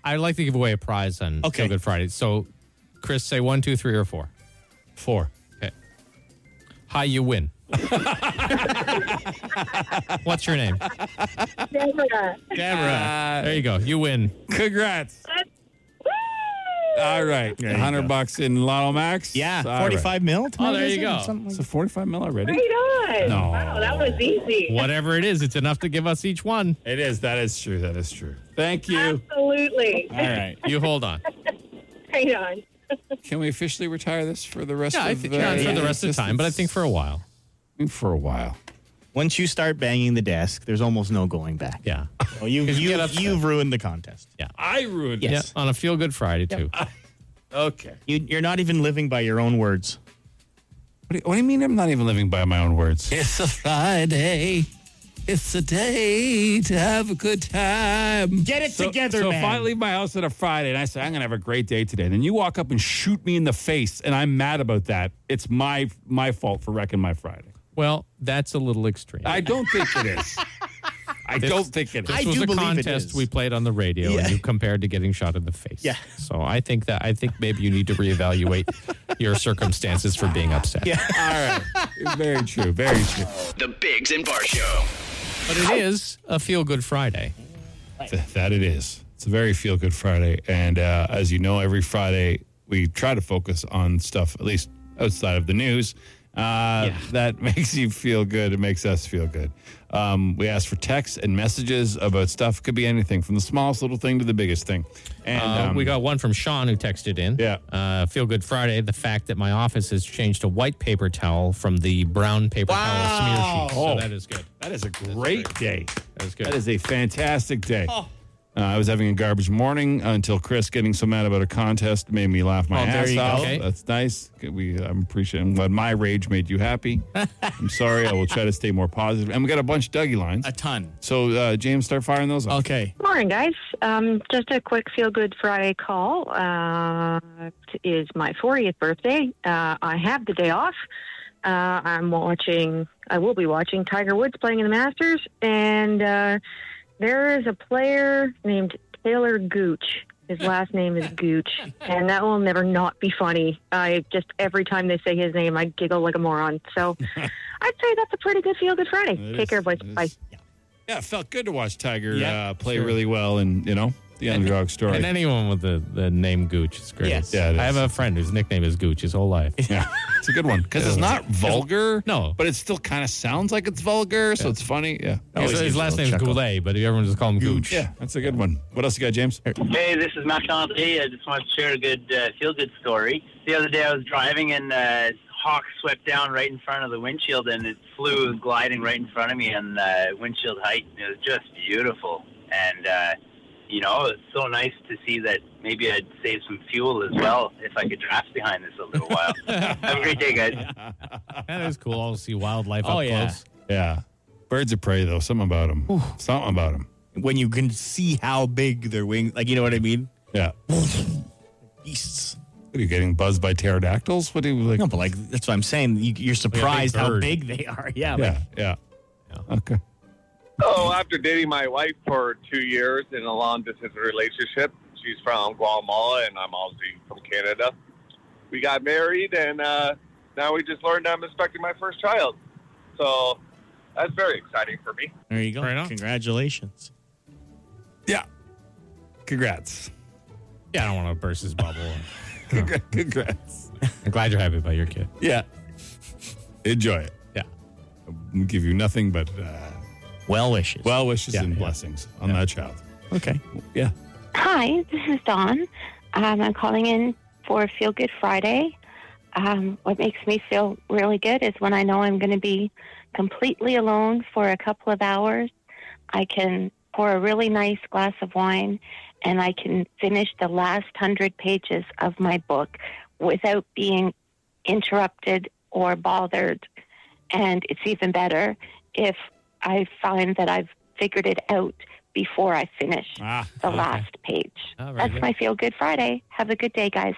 Speaker 3: I'd like to give away a prize on
Speaker 4: Okay.
Speaker 3: Feel Good Friday. So, Chris, say one, two, three, or four. Four. Okay. Hi, you win. [laughs] What's your name?
Speaker 9: Deborah.
Speaker 4: Deborah.
Speaker 3: There you go. You win.
Speaker 2: Uh, Congrats. All right.
Speaker 4: you
Speaker 2: 100
Speaker 4: go.
Speaker 2: bucks in Lotto Max.
Speaker 4: yeah. Oh,
Speaker 2: All right.
Speaker 4: 45 mil? tonight,
Speaker 3: there
Speaker 4: is
Speaker 3: you
Speaker 4: it?
Speaker 3: go.
Speaker 4: Something like
Speaker 2: So 45 mil already?
Speaker 9: Right on.
Speaker 2: No.
Speaker 9: Wow, that was easy.
Speaker 3: Whatever it is, it's enough to give us each one.
Speaker 2: It is. That is true. That is true. Thank you.
Speaker 9: Absolutely.
Speaker 4: All right.
Speaker 3: You hold on.
Speaker 9: Right on.
Speaker 2: Can we officially retire this for the rest
Speaker 3: Yeah, I
Speaker 2: of
Speaker 3: think
Speaker 2: uh,
Speaker 3: not for the rest of the time, but I think for a while.
Speaker 2: existence? for a while.
Speaker 4: Once you start banging the desk, there's almost no going back.
Speaker 3: Yeah.
Speaker 4: Oh, [laughs] you, you, you've ruined the contest.
Speaker 2: I ruined
Speaker 4: Yes.
Speaker 3: Yeah, on a Feel Good Friday, too.
Speaker 2: it. Okay.
Speaker 4: You, you're not even living by your own words.
Speaker 2: What do, you, what do you mean I'm not even living by my own words? It's a Friday. It's a day to have a good time.
Speaker 4: Get it together,
Speaker 2: so
Speaker 4: man.
Speaker 2: if I leave my house on a Friday and I say I'm gonna have a great day today, then you walk up and shoot me in the face, and I'm mad about that. It's my my fault for wrecking my Friday.
Speaker 3: Well, that's a little extreme.
Speaker 2: I don't think it
Speaker 4: [laughs]
Speaker 2: is. I don't think it is.
Speaker 4: I
Speaker 3: This
Speaker 4: do
Speaker 3: was a
Speaker 4: believe it
Speaker 3: contest
Speaker 4: is.
Speaker 3: we played on the radio,
Speaker 4: Yeah.
Speaker 3: and you compared to getting shot in the face.
Speaker 4: Yeah.
Speaker 3: So I think that I think maybe you need
Speaker 4: [laughs]
Speaker 3: to reevaluate your circumstances for being upset. Yeah.
Speaker 2: All right. Very true. Very true.
Speaker 1: The Bigs and Bar Show.
Speaker 3: But it is a feel good Friday.
Speaker 2: Th- that it is. It's a very feel good Friday. And uh, as you know, every Friday we try to focus on stuff, at least outside of the news, uh, that [laughs] makes you feel good. It makes us feel good. Um, we ask for texts and messages about stuff. Could be anything from the smallest little thing to the biggest thing. And
Speaker 3: Uh,
Speaker 2: um,
Speaker 3: we got one from Sean who texted in.
Speaker 2: Yeah.
Speaker 3: Uh, feel good Friday. The fact that my office has changed to white paper towel from the brown paper towel smear sheet.
Speaker 2: Oh.
Speaker 3: So that is good.
Speaker 2: That is a great day.
Speaker 3: That is good.
Speaker 2: That is a fantastic day. Uh, I was having a garbage morning until Chris getting so mad about a contest made me laugh my
Speaker 4: Oh, there
Speaker 2: ass
Speaker 4: you go.
Speaker 2: off.
Speaker 3: Okay.
Speaker 2: That's nice. We I'm appreciating. I'm glad my rage made you happy. I'm sorry. I will try to stay more positive. And we got a bunch of Dougie lines.
Speaker 4: A ton.
Speaker 2: So uh, James, start firing those off.
Speaker 4: Okay.
Speaker 14: Morning, guys. Um, just a quick feel good Friday call. Uh, it is my 40th birthday. Uh, I have the day off. Uh, I'm watching, I will be watching Tiger Woods playing in the Masters. And uh, there is a player named Taylor Gooch. His last name is
Speaker 2: [laughs]
Speaker 14: Gooch. And that will never not be funny. I just, every time they say his name, I giggle like a moron.
Speaker 2: [laughs]
Speaker 14: So I'd say that's a pretty good feel good Friday.
Speaker 2: It
Speaker 14: Take
Speaker 2: is-
Speaker 14: care, boys.
Speaker 2: it is.
Speaker 14: Bye.
Speaker 2: Yeah, it felt good to watch Tiger
Speaker 4: Yeah,
Speaker 2: uh, play
Speaker 4: sure.
Speaker 2: really well, and you know the underdog story.
Speaker 3: And anyone with the, the name Gooch is great.
Speaker 4: Yes.
Speaker 2: Yeah, it
Speaker 3: I
Speaker 2: is.
Speaker 3: have a friend whose nickname is Gooch his whole
Speaker 4: [laughs]
Speaker 3: life.
Speaker 2: [laughs] yeah, it's a good [laughs] one because it's not vulgar.
Speaker 3: No.
Speaker 2: but it still kind of sounds like it's vulgar, so it's funny. Yeah,
Speaker 3: His, his last name is Goulet, but everyone just call him Gooch.
Speaker 2: Yeah, that's a good one. What else you got, James?
Speaker 13: Hey, this is Matt Conte. I just wanted to share a good uh, feel good story. The other day I was driving and uh, hawk swept down right in front of the windshield and it flew gliding right in front of me on uh, windshield height. It was just beautiful. And, uh, you know, it's so nice to see that maybe I'd save some fuel as well if I could draft behind this a little while. Have a great day, guys.
Speaker 3: That is cool. I'll see wildlife
Speaker 4: Oh,
Speaker 3: up
Speaker 4: yeah.
Speaker 3: close.
Speaker 2: Yeah. Birds of prey, though, something about them. Something about them.
Speaker 4: When you can see how big their wings, like you know what I mean?
Speaker 2: Yeah.
Speaker 4: Beasts.
Speaker 2: What are you getting buzzed by pterodactyls? What do you like?
Speaker 4: No, but like that's what I'm saying. You, you're surprised how
Speaker 2: bird.
Speaker 4: big they are. Yeah.
Speaker 2: Yeah,
Speaker 4: like-
Speaker 2: yeah. Okay.
Speaker 15: Oh, after dating my wife for two years in a long distance relationship, she's from Guatemala and I'm obviously from Canada. We got married and uh, now we just learned I'm expecting my first child. So that's very exciting for me.
Speaker 4: there you go. Congratulations.
Speaker 2: Yeah. Congrats.
Speaker 3: Yeah, I don't want to burst his bubble.
Speaker 2: [laughs] Congrats.
Speaker 3: I'm glad you're happy about your kid.
Speaker 2: Yeah. Enjoy it.
Speaker 3: Yeah.
Speaker 2: I'll give you nothing but uh,
Speaker 4: well wishes.
Speaker 2: Well wishes and blessings on that child.
Speaker 4: Okay.
Speaker 2: Yeah.
Speaker 12: Hi, this is Dawn. Um, I'm calling in for Feel Good Friday. Um, what makes me feel really good is when I know I'm going to be completely alone for a couple of hours. I can pour a really nice glass of wine and I can finish the last hundred pages of my book without being interrupted or bothered. And it's even better if I find that I've figured it out before I finish the last page.
Speaker 2: Ah, very
Speaker 12: That's
Speaker 2: good.
Speaker 12: my Feel Good Friday. Have a good day, guys.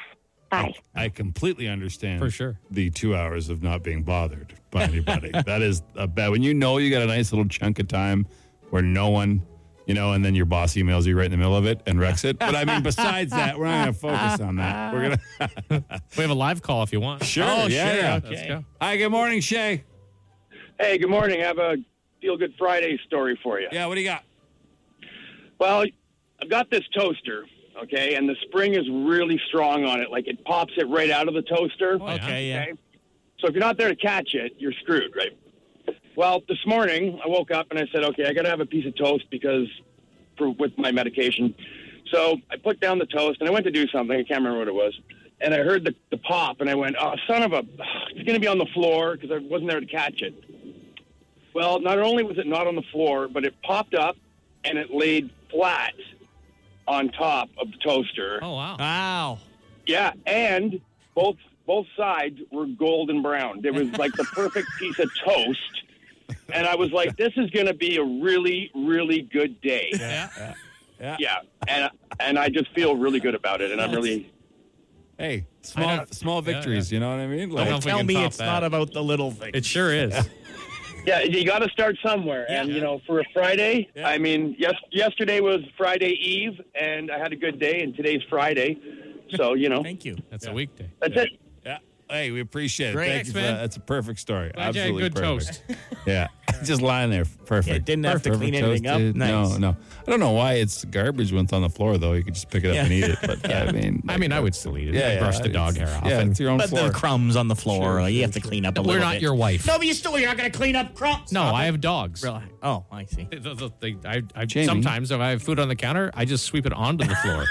Speaker 12: Bye.
Speaker 2: I completely understand
Speaker 3: For sure.
Speaker 2: the two hours of not being bothered by anybody. that is a bad when you know you got a nice little chunk of time where no one, you know, and then your boss emails you right in the middle of it and wrecks it. But I mean, besides that, we're not going to focus on that. We're gonna
Speaker 3: We have a live call if you want.
Speaker 2: sure,
Speaker 3: Oh,
Speaker 2: yeah,
Speaker 3: sure.
Speaker 2: yeah.
Speaker 3: Let's go.
Speaker 2: Hi, good morning, Shay.
Speaker 16: Hey, good morning. I have a feel good Friday story for you.
Speaker 2: Yeah, what do you got?
Speaker 16: Well, I've got this toaster, okay, and the spring is really strong on it. Like it pops it right out of the toaster.
Speaker 4: okay, yeah.
Speaker 16: So if you're not there to catch it, you're screwed, right? Well, this morning I woke up and I said, okay, I got to have a piece of toast because for, with my medication. So I put down the toast and I went to do something. I can't remember what it was. And I heard the, the pop and I went, oh, son of a, it's going to be on the floor because I wasn't there to catch it. Well, not only was it not on the floor, but it popped up and it laid flat on top of the toaster.
Speaker 3: Oh wow!
Speaker 2: Uh,
Speaker 4: Wow.
Speaker 16: Yeah, and both both sides were golden brown. It was like
Speaker 4: [laughs]
Speaker 16: the perfect piece of toast. And I was like, this is going to be a really, really good day.
Speaker 2: Yeah. Yeah.
Speaker 16: Yeah. And, and I just feel really good about it. And I'm really
Speaker 2: Hey, small small victories, you know what I mean?
Speaker 16: Don't tell me it's not
Speaker 4: about the little things.
Speaker 3: It sure is.
Speaker 16: Yeah, you got to start somewhere, and you know, for a Friday, I mean, yes, yesterday was Friday Eve, and I had a good day, and today's Friday, so you know.
Speaker 4: Thank you.
Speaker 3: That's a weekday.
Speaker 16: That's it.
Speaker 2: Yeah. Hey, we appreciate it.
Speaker 16: Great.
Speaker 2: Thank
Speaker 16: Thanks,
Speaker 2: you for
Speaker 16: man.
Speaker 2: that. That's a perfect story.
Speaker 3: Glad you had
Speaker 2: Absolutely
Speaker 3: good
Speaker 2: perfect. [laughs] Yeah. Just lying there. Perfect.
Speaker 4: Yeah, didn't have to
Speaker 2: Perfect
Speaker 4: clean anything up.
Speaker 2: toasted. No,
Speaker 4: Nice.
Speaker 2: no. I don't know why it's garbage when it's on the floor, though. You could just pick it up and eat it.
Speaker 3: [laughs]
Speaker 2: But I mean,
Speaker 3: I mean, I would still eat it.
Speaker 2: Yeah,
Speaker 3: I
Speaker 2: yeah,
Speaker 3: brush the dog hair
Speaker 2: it's-
Speaker 3: off.
Speaker 2: yeah,
Speaker 3: and-
Speaker 2: it's your own
Speaker 4: But there are crumbs on the floor.
Speaker 3: Sure,
Speaker 4: like, you
Speaker 3: sure,
Speaker 4: have to clean up a
Speaker 3: No,
Speaker 4: little
Speaker 3: we're not
Speaker 4: bit.
Speaker 3: your wife.
Speaker 4: No, but you still, you're not going to clean up crumbs.
Speaker 3: No,
Speaker 4: Stop
Speaker 3: I
Speaker 4: it.
Speaker 3: have dogs.
Speaker 4: Really? Oh, I see.
Speaker 3: Th- th- th- they- I, I, sometimes if I have food on the counter, I just sweep it onto the floor.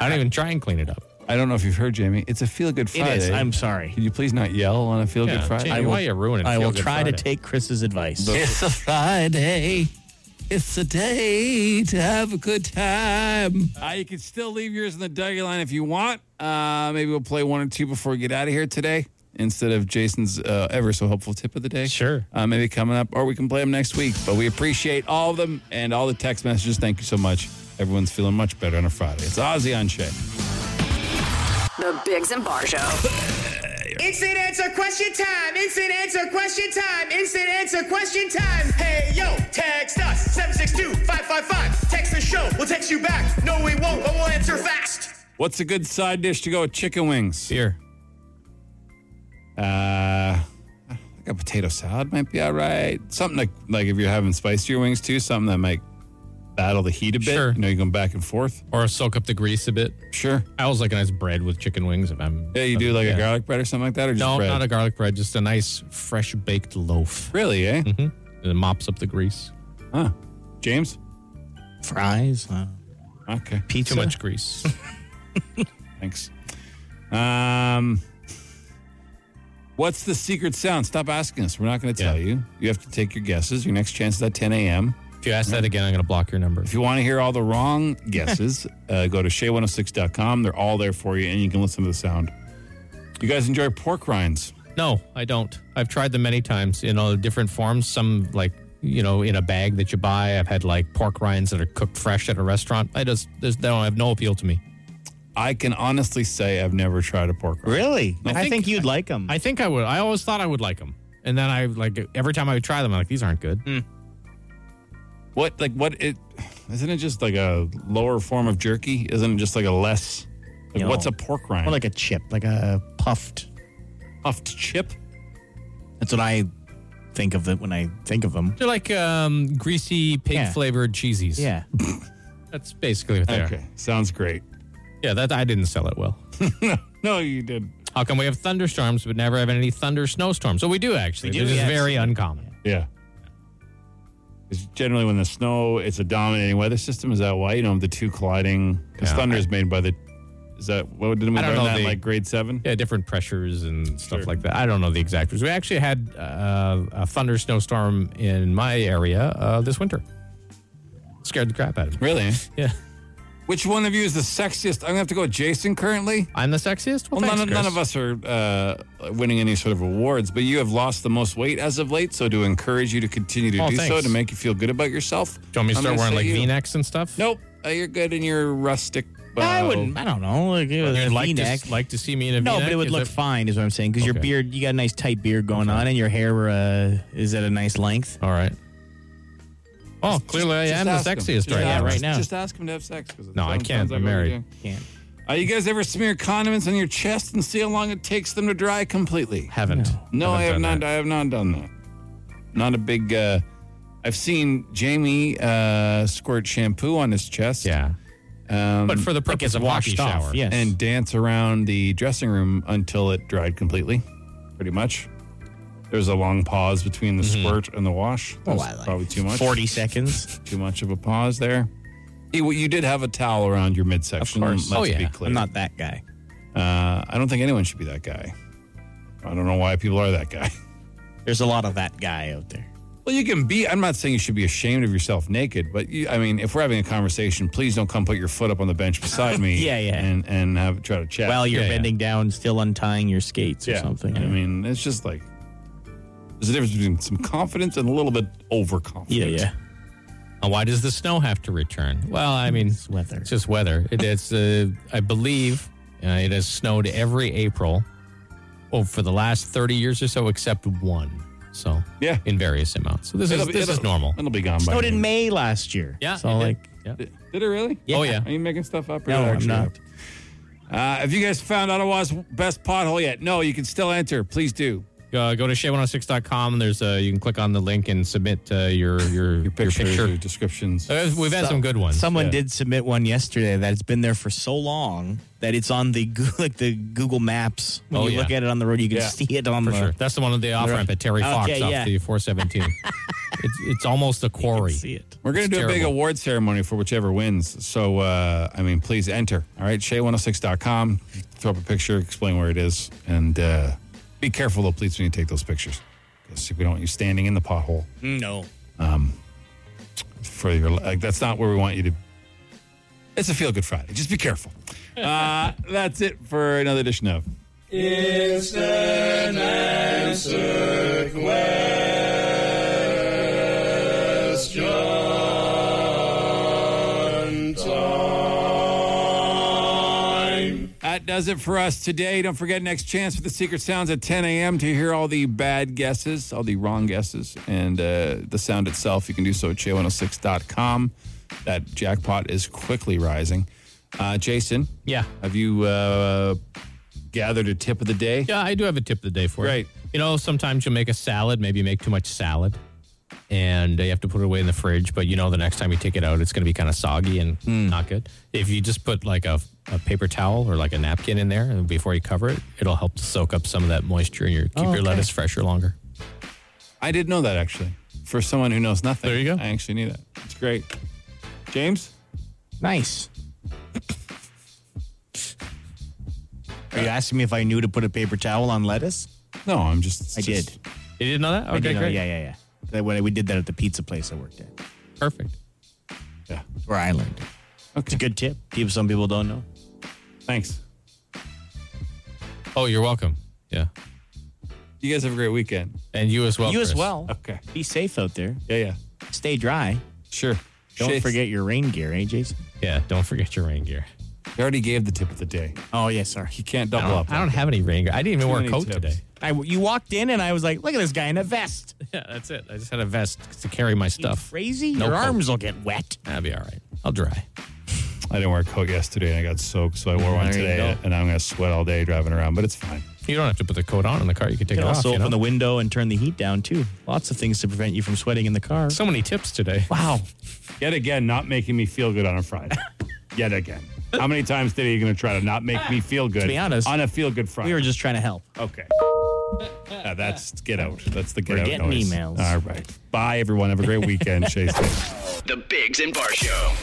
Speaker 3: I don't even try and clean it up.
Speaker 2: I don't know if you've heard, Jamie. It's a feel good
Speaker 3: It
Speaker 2: Friday.
Speaker 3: is. I'm
Speaker 4: sorry.
Speaker 2: Can you please not yell on a feel good
Speaker 3: Yeah,
Speaker 2: Friday?
Speaker 3: Jamie, why you ruining
Speaker 4: I will try to take Chris's advice.
Speaker 2: It's a Friday. It's a day to have a good time. Uh, you can still leave yours in the Dougie line if you want. Uh, maybe we'll play one or two before we get out of here today instead of Jason's uh, ever so helpful tip of the day. Sure. Uh, maybe coming up, or we can play them next week. But we appreciate all of them and all the text messages. Thank you so much. Everyone's feeling much better on a Friday. It's Ozzy on Shay.
Speaker 5: The Biggs and Bar Show.
Speaker 8: Instant answer question time. Instant answer question time. Instant answer question time. Hey, yo, text us 762 555. Text the show. We'll text you back. No, we won't, but we'll answer fast.
Speaker 2: What's a good side dish to go with chicken wings? Here. Uh, I think a potato salad might be all right. Something like like if you're having spicier wings too, something that might battle the heat a bit.
Speaker 3: Sure.
Speaker 2: You know, you're going back and forth.
Speaker 3: Or soak up the grease a bit.
Speaker 2: Sure.
Speaker 3: I always like a nice bread with chicken wings. If I'm
Speaker 2: Yeah, you do like a garlic bread or something like that, or just
Speaker 3: no,
Speaker 2: bread?
Speaker 3: not a garlic bread, just a nice fresh baked loaf.
Speaker 2: Really, eh?
Speaker 3: Mm-hmm. It mops up the grease.
Speaker 2: Huh. James?
Speaker 4: Fries. uh,
Speaker 2: Okay.
Speaker 4: Pizza.
Speaker 3: Too much grease.
Speaker 2: Thanks. Um, what's the secret sound? Stop asking us. We're not going to tell you. You have to take your guesses. Your next chance is at 10 a.m.
Speaker 3: If you ask that again, I'm going to block your number.
Speaker 2: If you want to hear all the wrong guesses, uh, go to shay106.com. They're all there for you, and you can listen to the sound. You guys enjoy pork rinds?
Speaker 3: No, I don't. I've tried them many times in all different forms. Some like you know, in a bag that you buy. I've had like pork rinds that are cooked fresh at a restaurant. I just, just they don't have no appeal to me.
Speaker 2: I can honestly say I've never tried a pork rind.
Speaker 4: Really? I think you'd like them.
Speaker 3: I think I would. I always thought I would like them, and then I like every time I would try them, I'm like, these aren't
Speaker 4: Hmm.
Speaker 3: good.
Speaker 2: What like what it isn't it just like a lower form of jerky? Isn't it just like a less like
Speaker 4: No.
Speaker 2: what's a pork rind?
Speaker 4: More like a chip, like a puffed,
Speaker 2: puffed chip.
Speaker 4: That's what I think of it when I think of them.
Speaker 3: They're like um, greasy pig
Speaker 4: Yeah.
Speaker 3: flavored cheesies.
Speaker 4: Yeah.
Speaker 3: that's basically what they
Speaker 2: Okay.
Speaker 3: are.
Speaker 2: Sounds great.
Speaker 3: Yeah, that I didn't sell it well.
Speaker 2: no, you did.
Speaker 3: How come we have thunderstorms but never have any thunder snowstorms? So we do actually.
Speaker 2: We
Speaker 3: This
Speaker 2: do,
Speaker 3: is
Speaker 2: yes.
Speaker 3: very uncommon.
Speaker 2: Yeah. It's generally when the snow, it's a dominating weather system. Is that why you don't have the two colliding? Because
Speaker 3: Yeah.
Speaker 2: thunder is made by the. Is that what didn't we
Speaker 3: I don't
Speaker 2: learn
Speaker 3: know
Speaker 2: that in,
Speaker 3: the-
Speaker 2: like grade seven?
Speaker 3: Yeah, different pressures and stuff like that. I don't know the exact reasons. We actually had uh, a thunder snowstorm in my area uh, this winter. Scared the crap out of me.
Speaker 2: Really?
Speaker 3: Yeah.
Speaker 2: Which one of you is the sexiest? I'm gonna have to go with Jason currently.
Speaker 3: I'm the sexiest. Well,
Speaker 2: Well, none,
Speaker 3: thanks,
Speaker 2: none
Speaker 3: Chris.
Speaker 2: of us are uh, winning any sort of awards, but you have lost the most weight as of late. So to encourage you to continue to
Speaker 3: Oh,
Speaker 2: do so
Speaker 3: thanks.
Speaker 2: to make you feel good about yourself, do
Speaker 3: you want me to start wearing like V-necks and stuff?
Speaker 2: Nope, uh, you're good in your rustic.
Speaker 4: I
Speaker 2: bow.
Speaker 4: wouldn't. I don't know. Like, it was
Speaker 3: You'd
Speaker 4: a
Speaker 3: like to,
Speaker 4: V-neck.
Speaker 3: s- like to see me in a
Speaker 4: No,
Speaker 3: V-neck?
Speaker 4: but it would
Speaker 3: Is
Speaker 4: look fine, is what I'm saying. Because your
Speaker 3: Okay.
Speaker 4: beard, you got a nice tight beard going on, and your hair uh, is at a nice length.
Speaker 3: All right. Oh, clearly I
Speaker 2: Just
Speaker 3: am the
Speaker 2: ask him.
Speaker 3: sexiest
Speaker 2: Just
Speaker 3: right
Speaker 2: ask-
Speaker 3: now.
Speaker 2: just- Just ask him to have sex. 'cause it
Speaker 3: No, I
Speaker 2: sounds-
Speaker 3: can't.
Speaker 2: sounds
Speaker 3: I'm
Speaker 2: what you're
Speaker 3: married.
Speaker 2: doing.
Speaker 4: Can't.
Speaker 2: Uh, you guys ever smear condiments on your chest and see how long it takes them to dry completely?
Speaker 3: Haven't.
Speaker 2: No, I have
Speaker 3: Haven't
Speaker 2: not.
Speaker 3: done
Speaker 2: I have not done that. Not a big. Uh, I've seen Jamie uh, squirt shampoo on his chest.
Speaker 3: Yeah.
Speaker 2: Um,
Speaker 3: But for the purpose of washed shower.
Speaker 4: off, yes.
Speaker 2: and dance around the dressing room until it dried completely, pretty much. There was a long pause between the
Speaker 4: Mm-hmm.
Speaker 2: squirt and the wash. That
Speaker 4: Oh,
Speaker 2: was
Speaker 4: I like
Speaker 2: probably too much.
Speaker 4: 40 seconds.
Speaker 2: Too much of a pause there. You you did have a towel around your midsection.
Speaker 4: Of course.
Speaker 2: Let's
Speaker 4: Oh, yeah.
Speaker 2: be clear.
Speaker 4: I'm not that guy.
Speaker 2: Uh, I don't think anyone should be that guy. I don't know why people are that guy. [laughs]
Speaker 4: There's a lot of that guy out there.
Speaker 2: Well, you can be. I'm not saying you should be ashamed of yourself naked, but you, I mean, if we're having a conversation, please don't come put your foot up on the bench beside me.
Speaker 4: [laughs] Yeah, yeah.
Speaker 2: And and have try to chat
Speaker 4: While you're
Speaker 2: Yeah, yeah.
Speaker 4: bending down, still untying your skates or something.
Speaker 2: I mean, it's just like there's a difference between some confidence and a little bit overconfidence.
Speaker 4: yeah, yeah.
Speaker 3: And why does the snow have to return? Well, I mean, it's
Speaker 4: weather.
Speaker 3: It's just weather. It, it's, uh, I believe, uh, it has snowed every April, oh, for the last thirty years or so, except one. So
Speaker 2: Yeah.
Speaker 3: in various amounts. So this
Speaker 2: It'll
Speaker 3: is
Speaker 2: be-
Speaker 3: this is
Speaker 2: it'll-
Speaker 3: normal.
Speaker 2: It'll be gone by.
Speaker 4: Snowed in
Speaker 2: then.
Speaker 4: May last year.
Speaker 3: Yeah,
Speaker 4: So,
Speaker 3: it did.
Speaker 4: like,
Speaker 3: Yeah.
Speaker 2: Did it really?
Speaker 3: Oh yeah.
Speaker 2: Are you making stuff up? Or
Speaker 4: No,
Speaker 2: is it
Speaker 4: I'm
Speaker 2: actually
Speaker 4: not.
Speaker 2: happened? Uh, have you guys found Ottawa's best pothole yet? No, you can still enter. Please do.
Speaker 3: Uh, go to shay106.com. There's uh, you can click on the link and submit uh, your your your
Speaker 2: Pictures,
Speaker 3: picture.
Speaker 2: or descriptions.
Speaker 3: Uh, we've had
Speaker 4: So-
Speaker 3: some good ones.
Speaker 4: Someone
Speaker 3: Yeah.
Speaker 4: did submit one yesterday that it's been there for so long that it's on the Goo- [laughs] like the Google Maps. When
Speaker 3: Oh,
Speaker 4: you
Speaker 3: yeah.
Speaker 4: look at it on the road, you can
Speaker 2: Yeah.
Speaker 4: see it on
Speaker 3: for
Speaker 4: the
Speaker 3: sure. That's the one that they off ramp at Terry
Speaker 4: uh, Okay,
Speaker 3: Fox off
Speaker 4: yeah.
Speaker 3: the 417. it's it's almost
Speaker 4: [laughs]
Speaker 3: a quarry.
Speaker 4: see it.
Speaker 2: We're going to
Speaker 3: It's
Speaker 2: do a big
Speaker 3: terrible.
Speaker 2: award ceremony for whichever wins. So, uh, I mean, please enter. All right, shay106.com. Throw up a picture, explain where it is, and uh, be careful, though, please, when you take those pictures. Because we don't want you standing in the pothole
Speaker 4: Mm, No.
Speaker 2: for your like, That's not where we want you to. It's a feel good Friday. Just be careful. uh, [laughs] that's it for another edition of. That does it for us today. Don't forget next chance for the secret sounds at 10 a.m. to hear all the bad guesses, all the wrong guesses, and uh, the sound itself. You can do so at j106.com. That jackpot is quickly rising. Uh, Jason,
Speaker 3: Yeah.
Speaker 2: have you uh, gathered a tip of the day?
Speaker 3: Yeah, I do have a tip of the day for you.
Speaker 2: Great.
Speaker 3: You know, sometimes you'll make a salad, maybe you make too much salad, and uh, you have to put it away in the fridge, but you know the next time you take it out, it's going to be kind of soggy and not good. If you just put like a, a paper towel or like a napkin in there and before you cover it, it'll help to soak up some of that moisture and your, keep your lettuce fresher longer.
Speaker 2: I did know that actually. For someone who knows nothing,
Speaker 3: There you go.
Speaker 2: I actually knew that. It's great. James,
Speaker 4: Nice. Are you asking me if I knew to put a paper towel on lettuce?
Speaker 2: no, I'm just.
Speaker 4: I
Speaker 2: just-
Speaker 4: did.
Speaker 3: You didn't know that?
Speaker 4: I
Speaker 3: Okay,
Speaker 4: did know-
Speaker 3: great.
Speaker 4: Yeah, yeah, yeah. That when I- we did that at the pizza place I worked at,
Speaker 3: Perfect.
Speaker 2: Yeah.
Speaker 4: where I learned. it. It's a good tip. People, some people don't know.
Speaker 2: Thanks.
Speaker 3: Oh, you're welcome. Yeah.
Speaker 2: You guys have a great weekend.
Speaker 3: And you as well.
Speaker 4: you as
Speaker 3: Chris.
Speaker 4: well.
Speaker 2: Okay.
Speaker 4: Be safe out there.
Speaker 2: Yeah, yeah.
Speaker 4: Stay dry.
Speaker 2: Sure.
Speaker 4: Don't
Speaker 2: Shit.
Speaker 4: forget your rain gear, eh, Jason?
Speaker 3: Yeah, don't forget your rain gear.
Speaker 2: You already gave the tip of the day.
Speaker 4: Oh yeah, sorry.
Speaker 2: You can't double up.
Speaker 3: I don't have any rain gear. I didn't even
Speaker 2: Too
Speaker 3: wear a
Speaker 2: many
Speaker 3: coat
Speaker 2: tips.
Speaker 3: today.
Speaker 4: I, you walked in and I was like, look at this guy in a vest.
Speaker 3: Yeah, that's it. I just had a vest to carry my stuff.
Speaker 4: Crazy?
Speaker 3: No
Speaker 4: your
Speaker 3: coat.
Speaker 4: arms will get wet.
Speaker 3: I'll be all right. I'll dry.
Speaker 2: I didn't wear a coat yesterday and I got soaked, so I wore one
Speaker 4: There you
Speaker 2: today,
Speaker 4: go.
Speaker 2: and I'm gonna sweat all day driving around, but it's fine.
Speaker 3: You don't have to put the coat on in the car. You can
Speaker 4: You
Speaker 3: take
Speaker 4: can
Speaker 3: it off.
Speaker 4: also
Speaker 3: you
Speaker 4: open
Speaker 3: know?
Speaker 4: the window and turn the heat down too. Lots of things to prevent you from sweating in the car.
Speaker 3: So many tips today.
Speaker 4: Wow.
Speaker 2: Yet again, not making me feel good on
Speaker 4: [laughs]
Speaker 2: a Friday. Yet again. How many times today are you gonna try to not make me feel good?
Speaker 4: To be honest,
Speaker 2: on a feel good Friday.
Speaker 4: We were just trying to help.
Speaker 2: okay. Yeah, that's get out. That's the get
Speaker 4: We're
Speaker 2: out
Speaker 4: getting
Speaker 2: noise.
Speaker 4: emails. [laughs]
Speaker 2: All right. Bye everyone. Have a great weekend, Chase.
Speaker 17: The Bigs and Bar Show.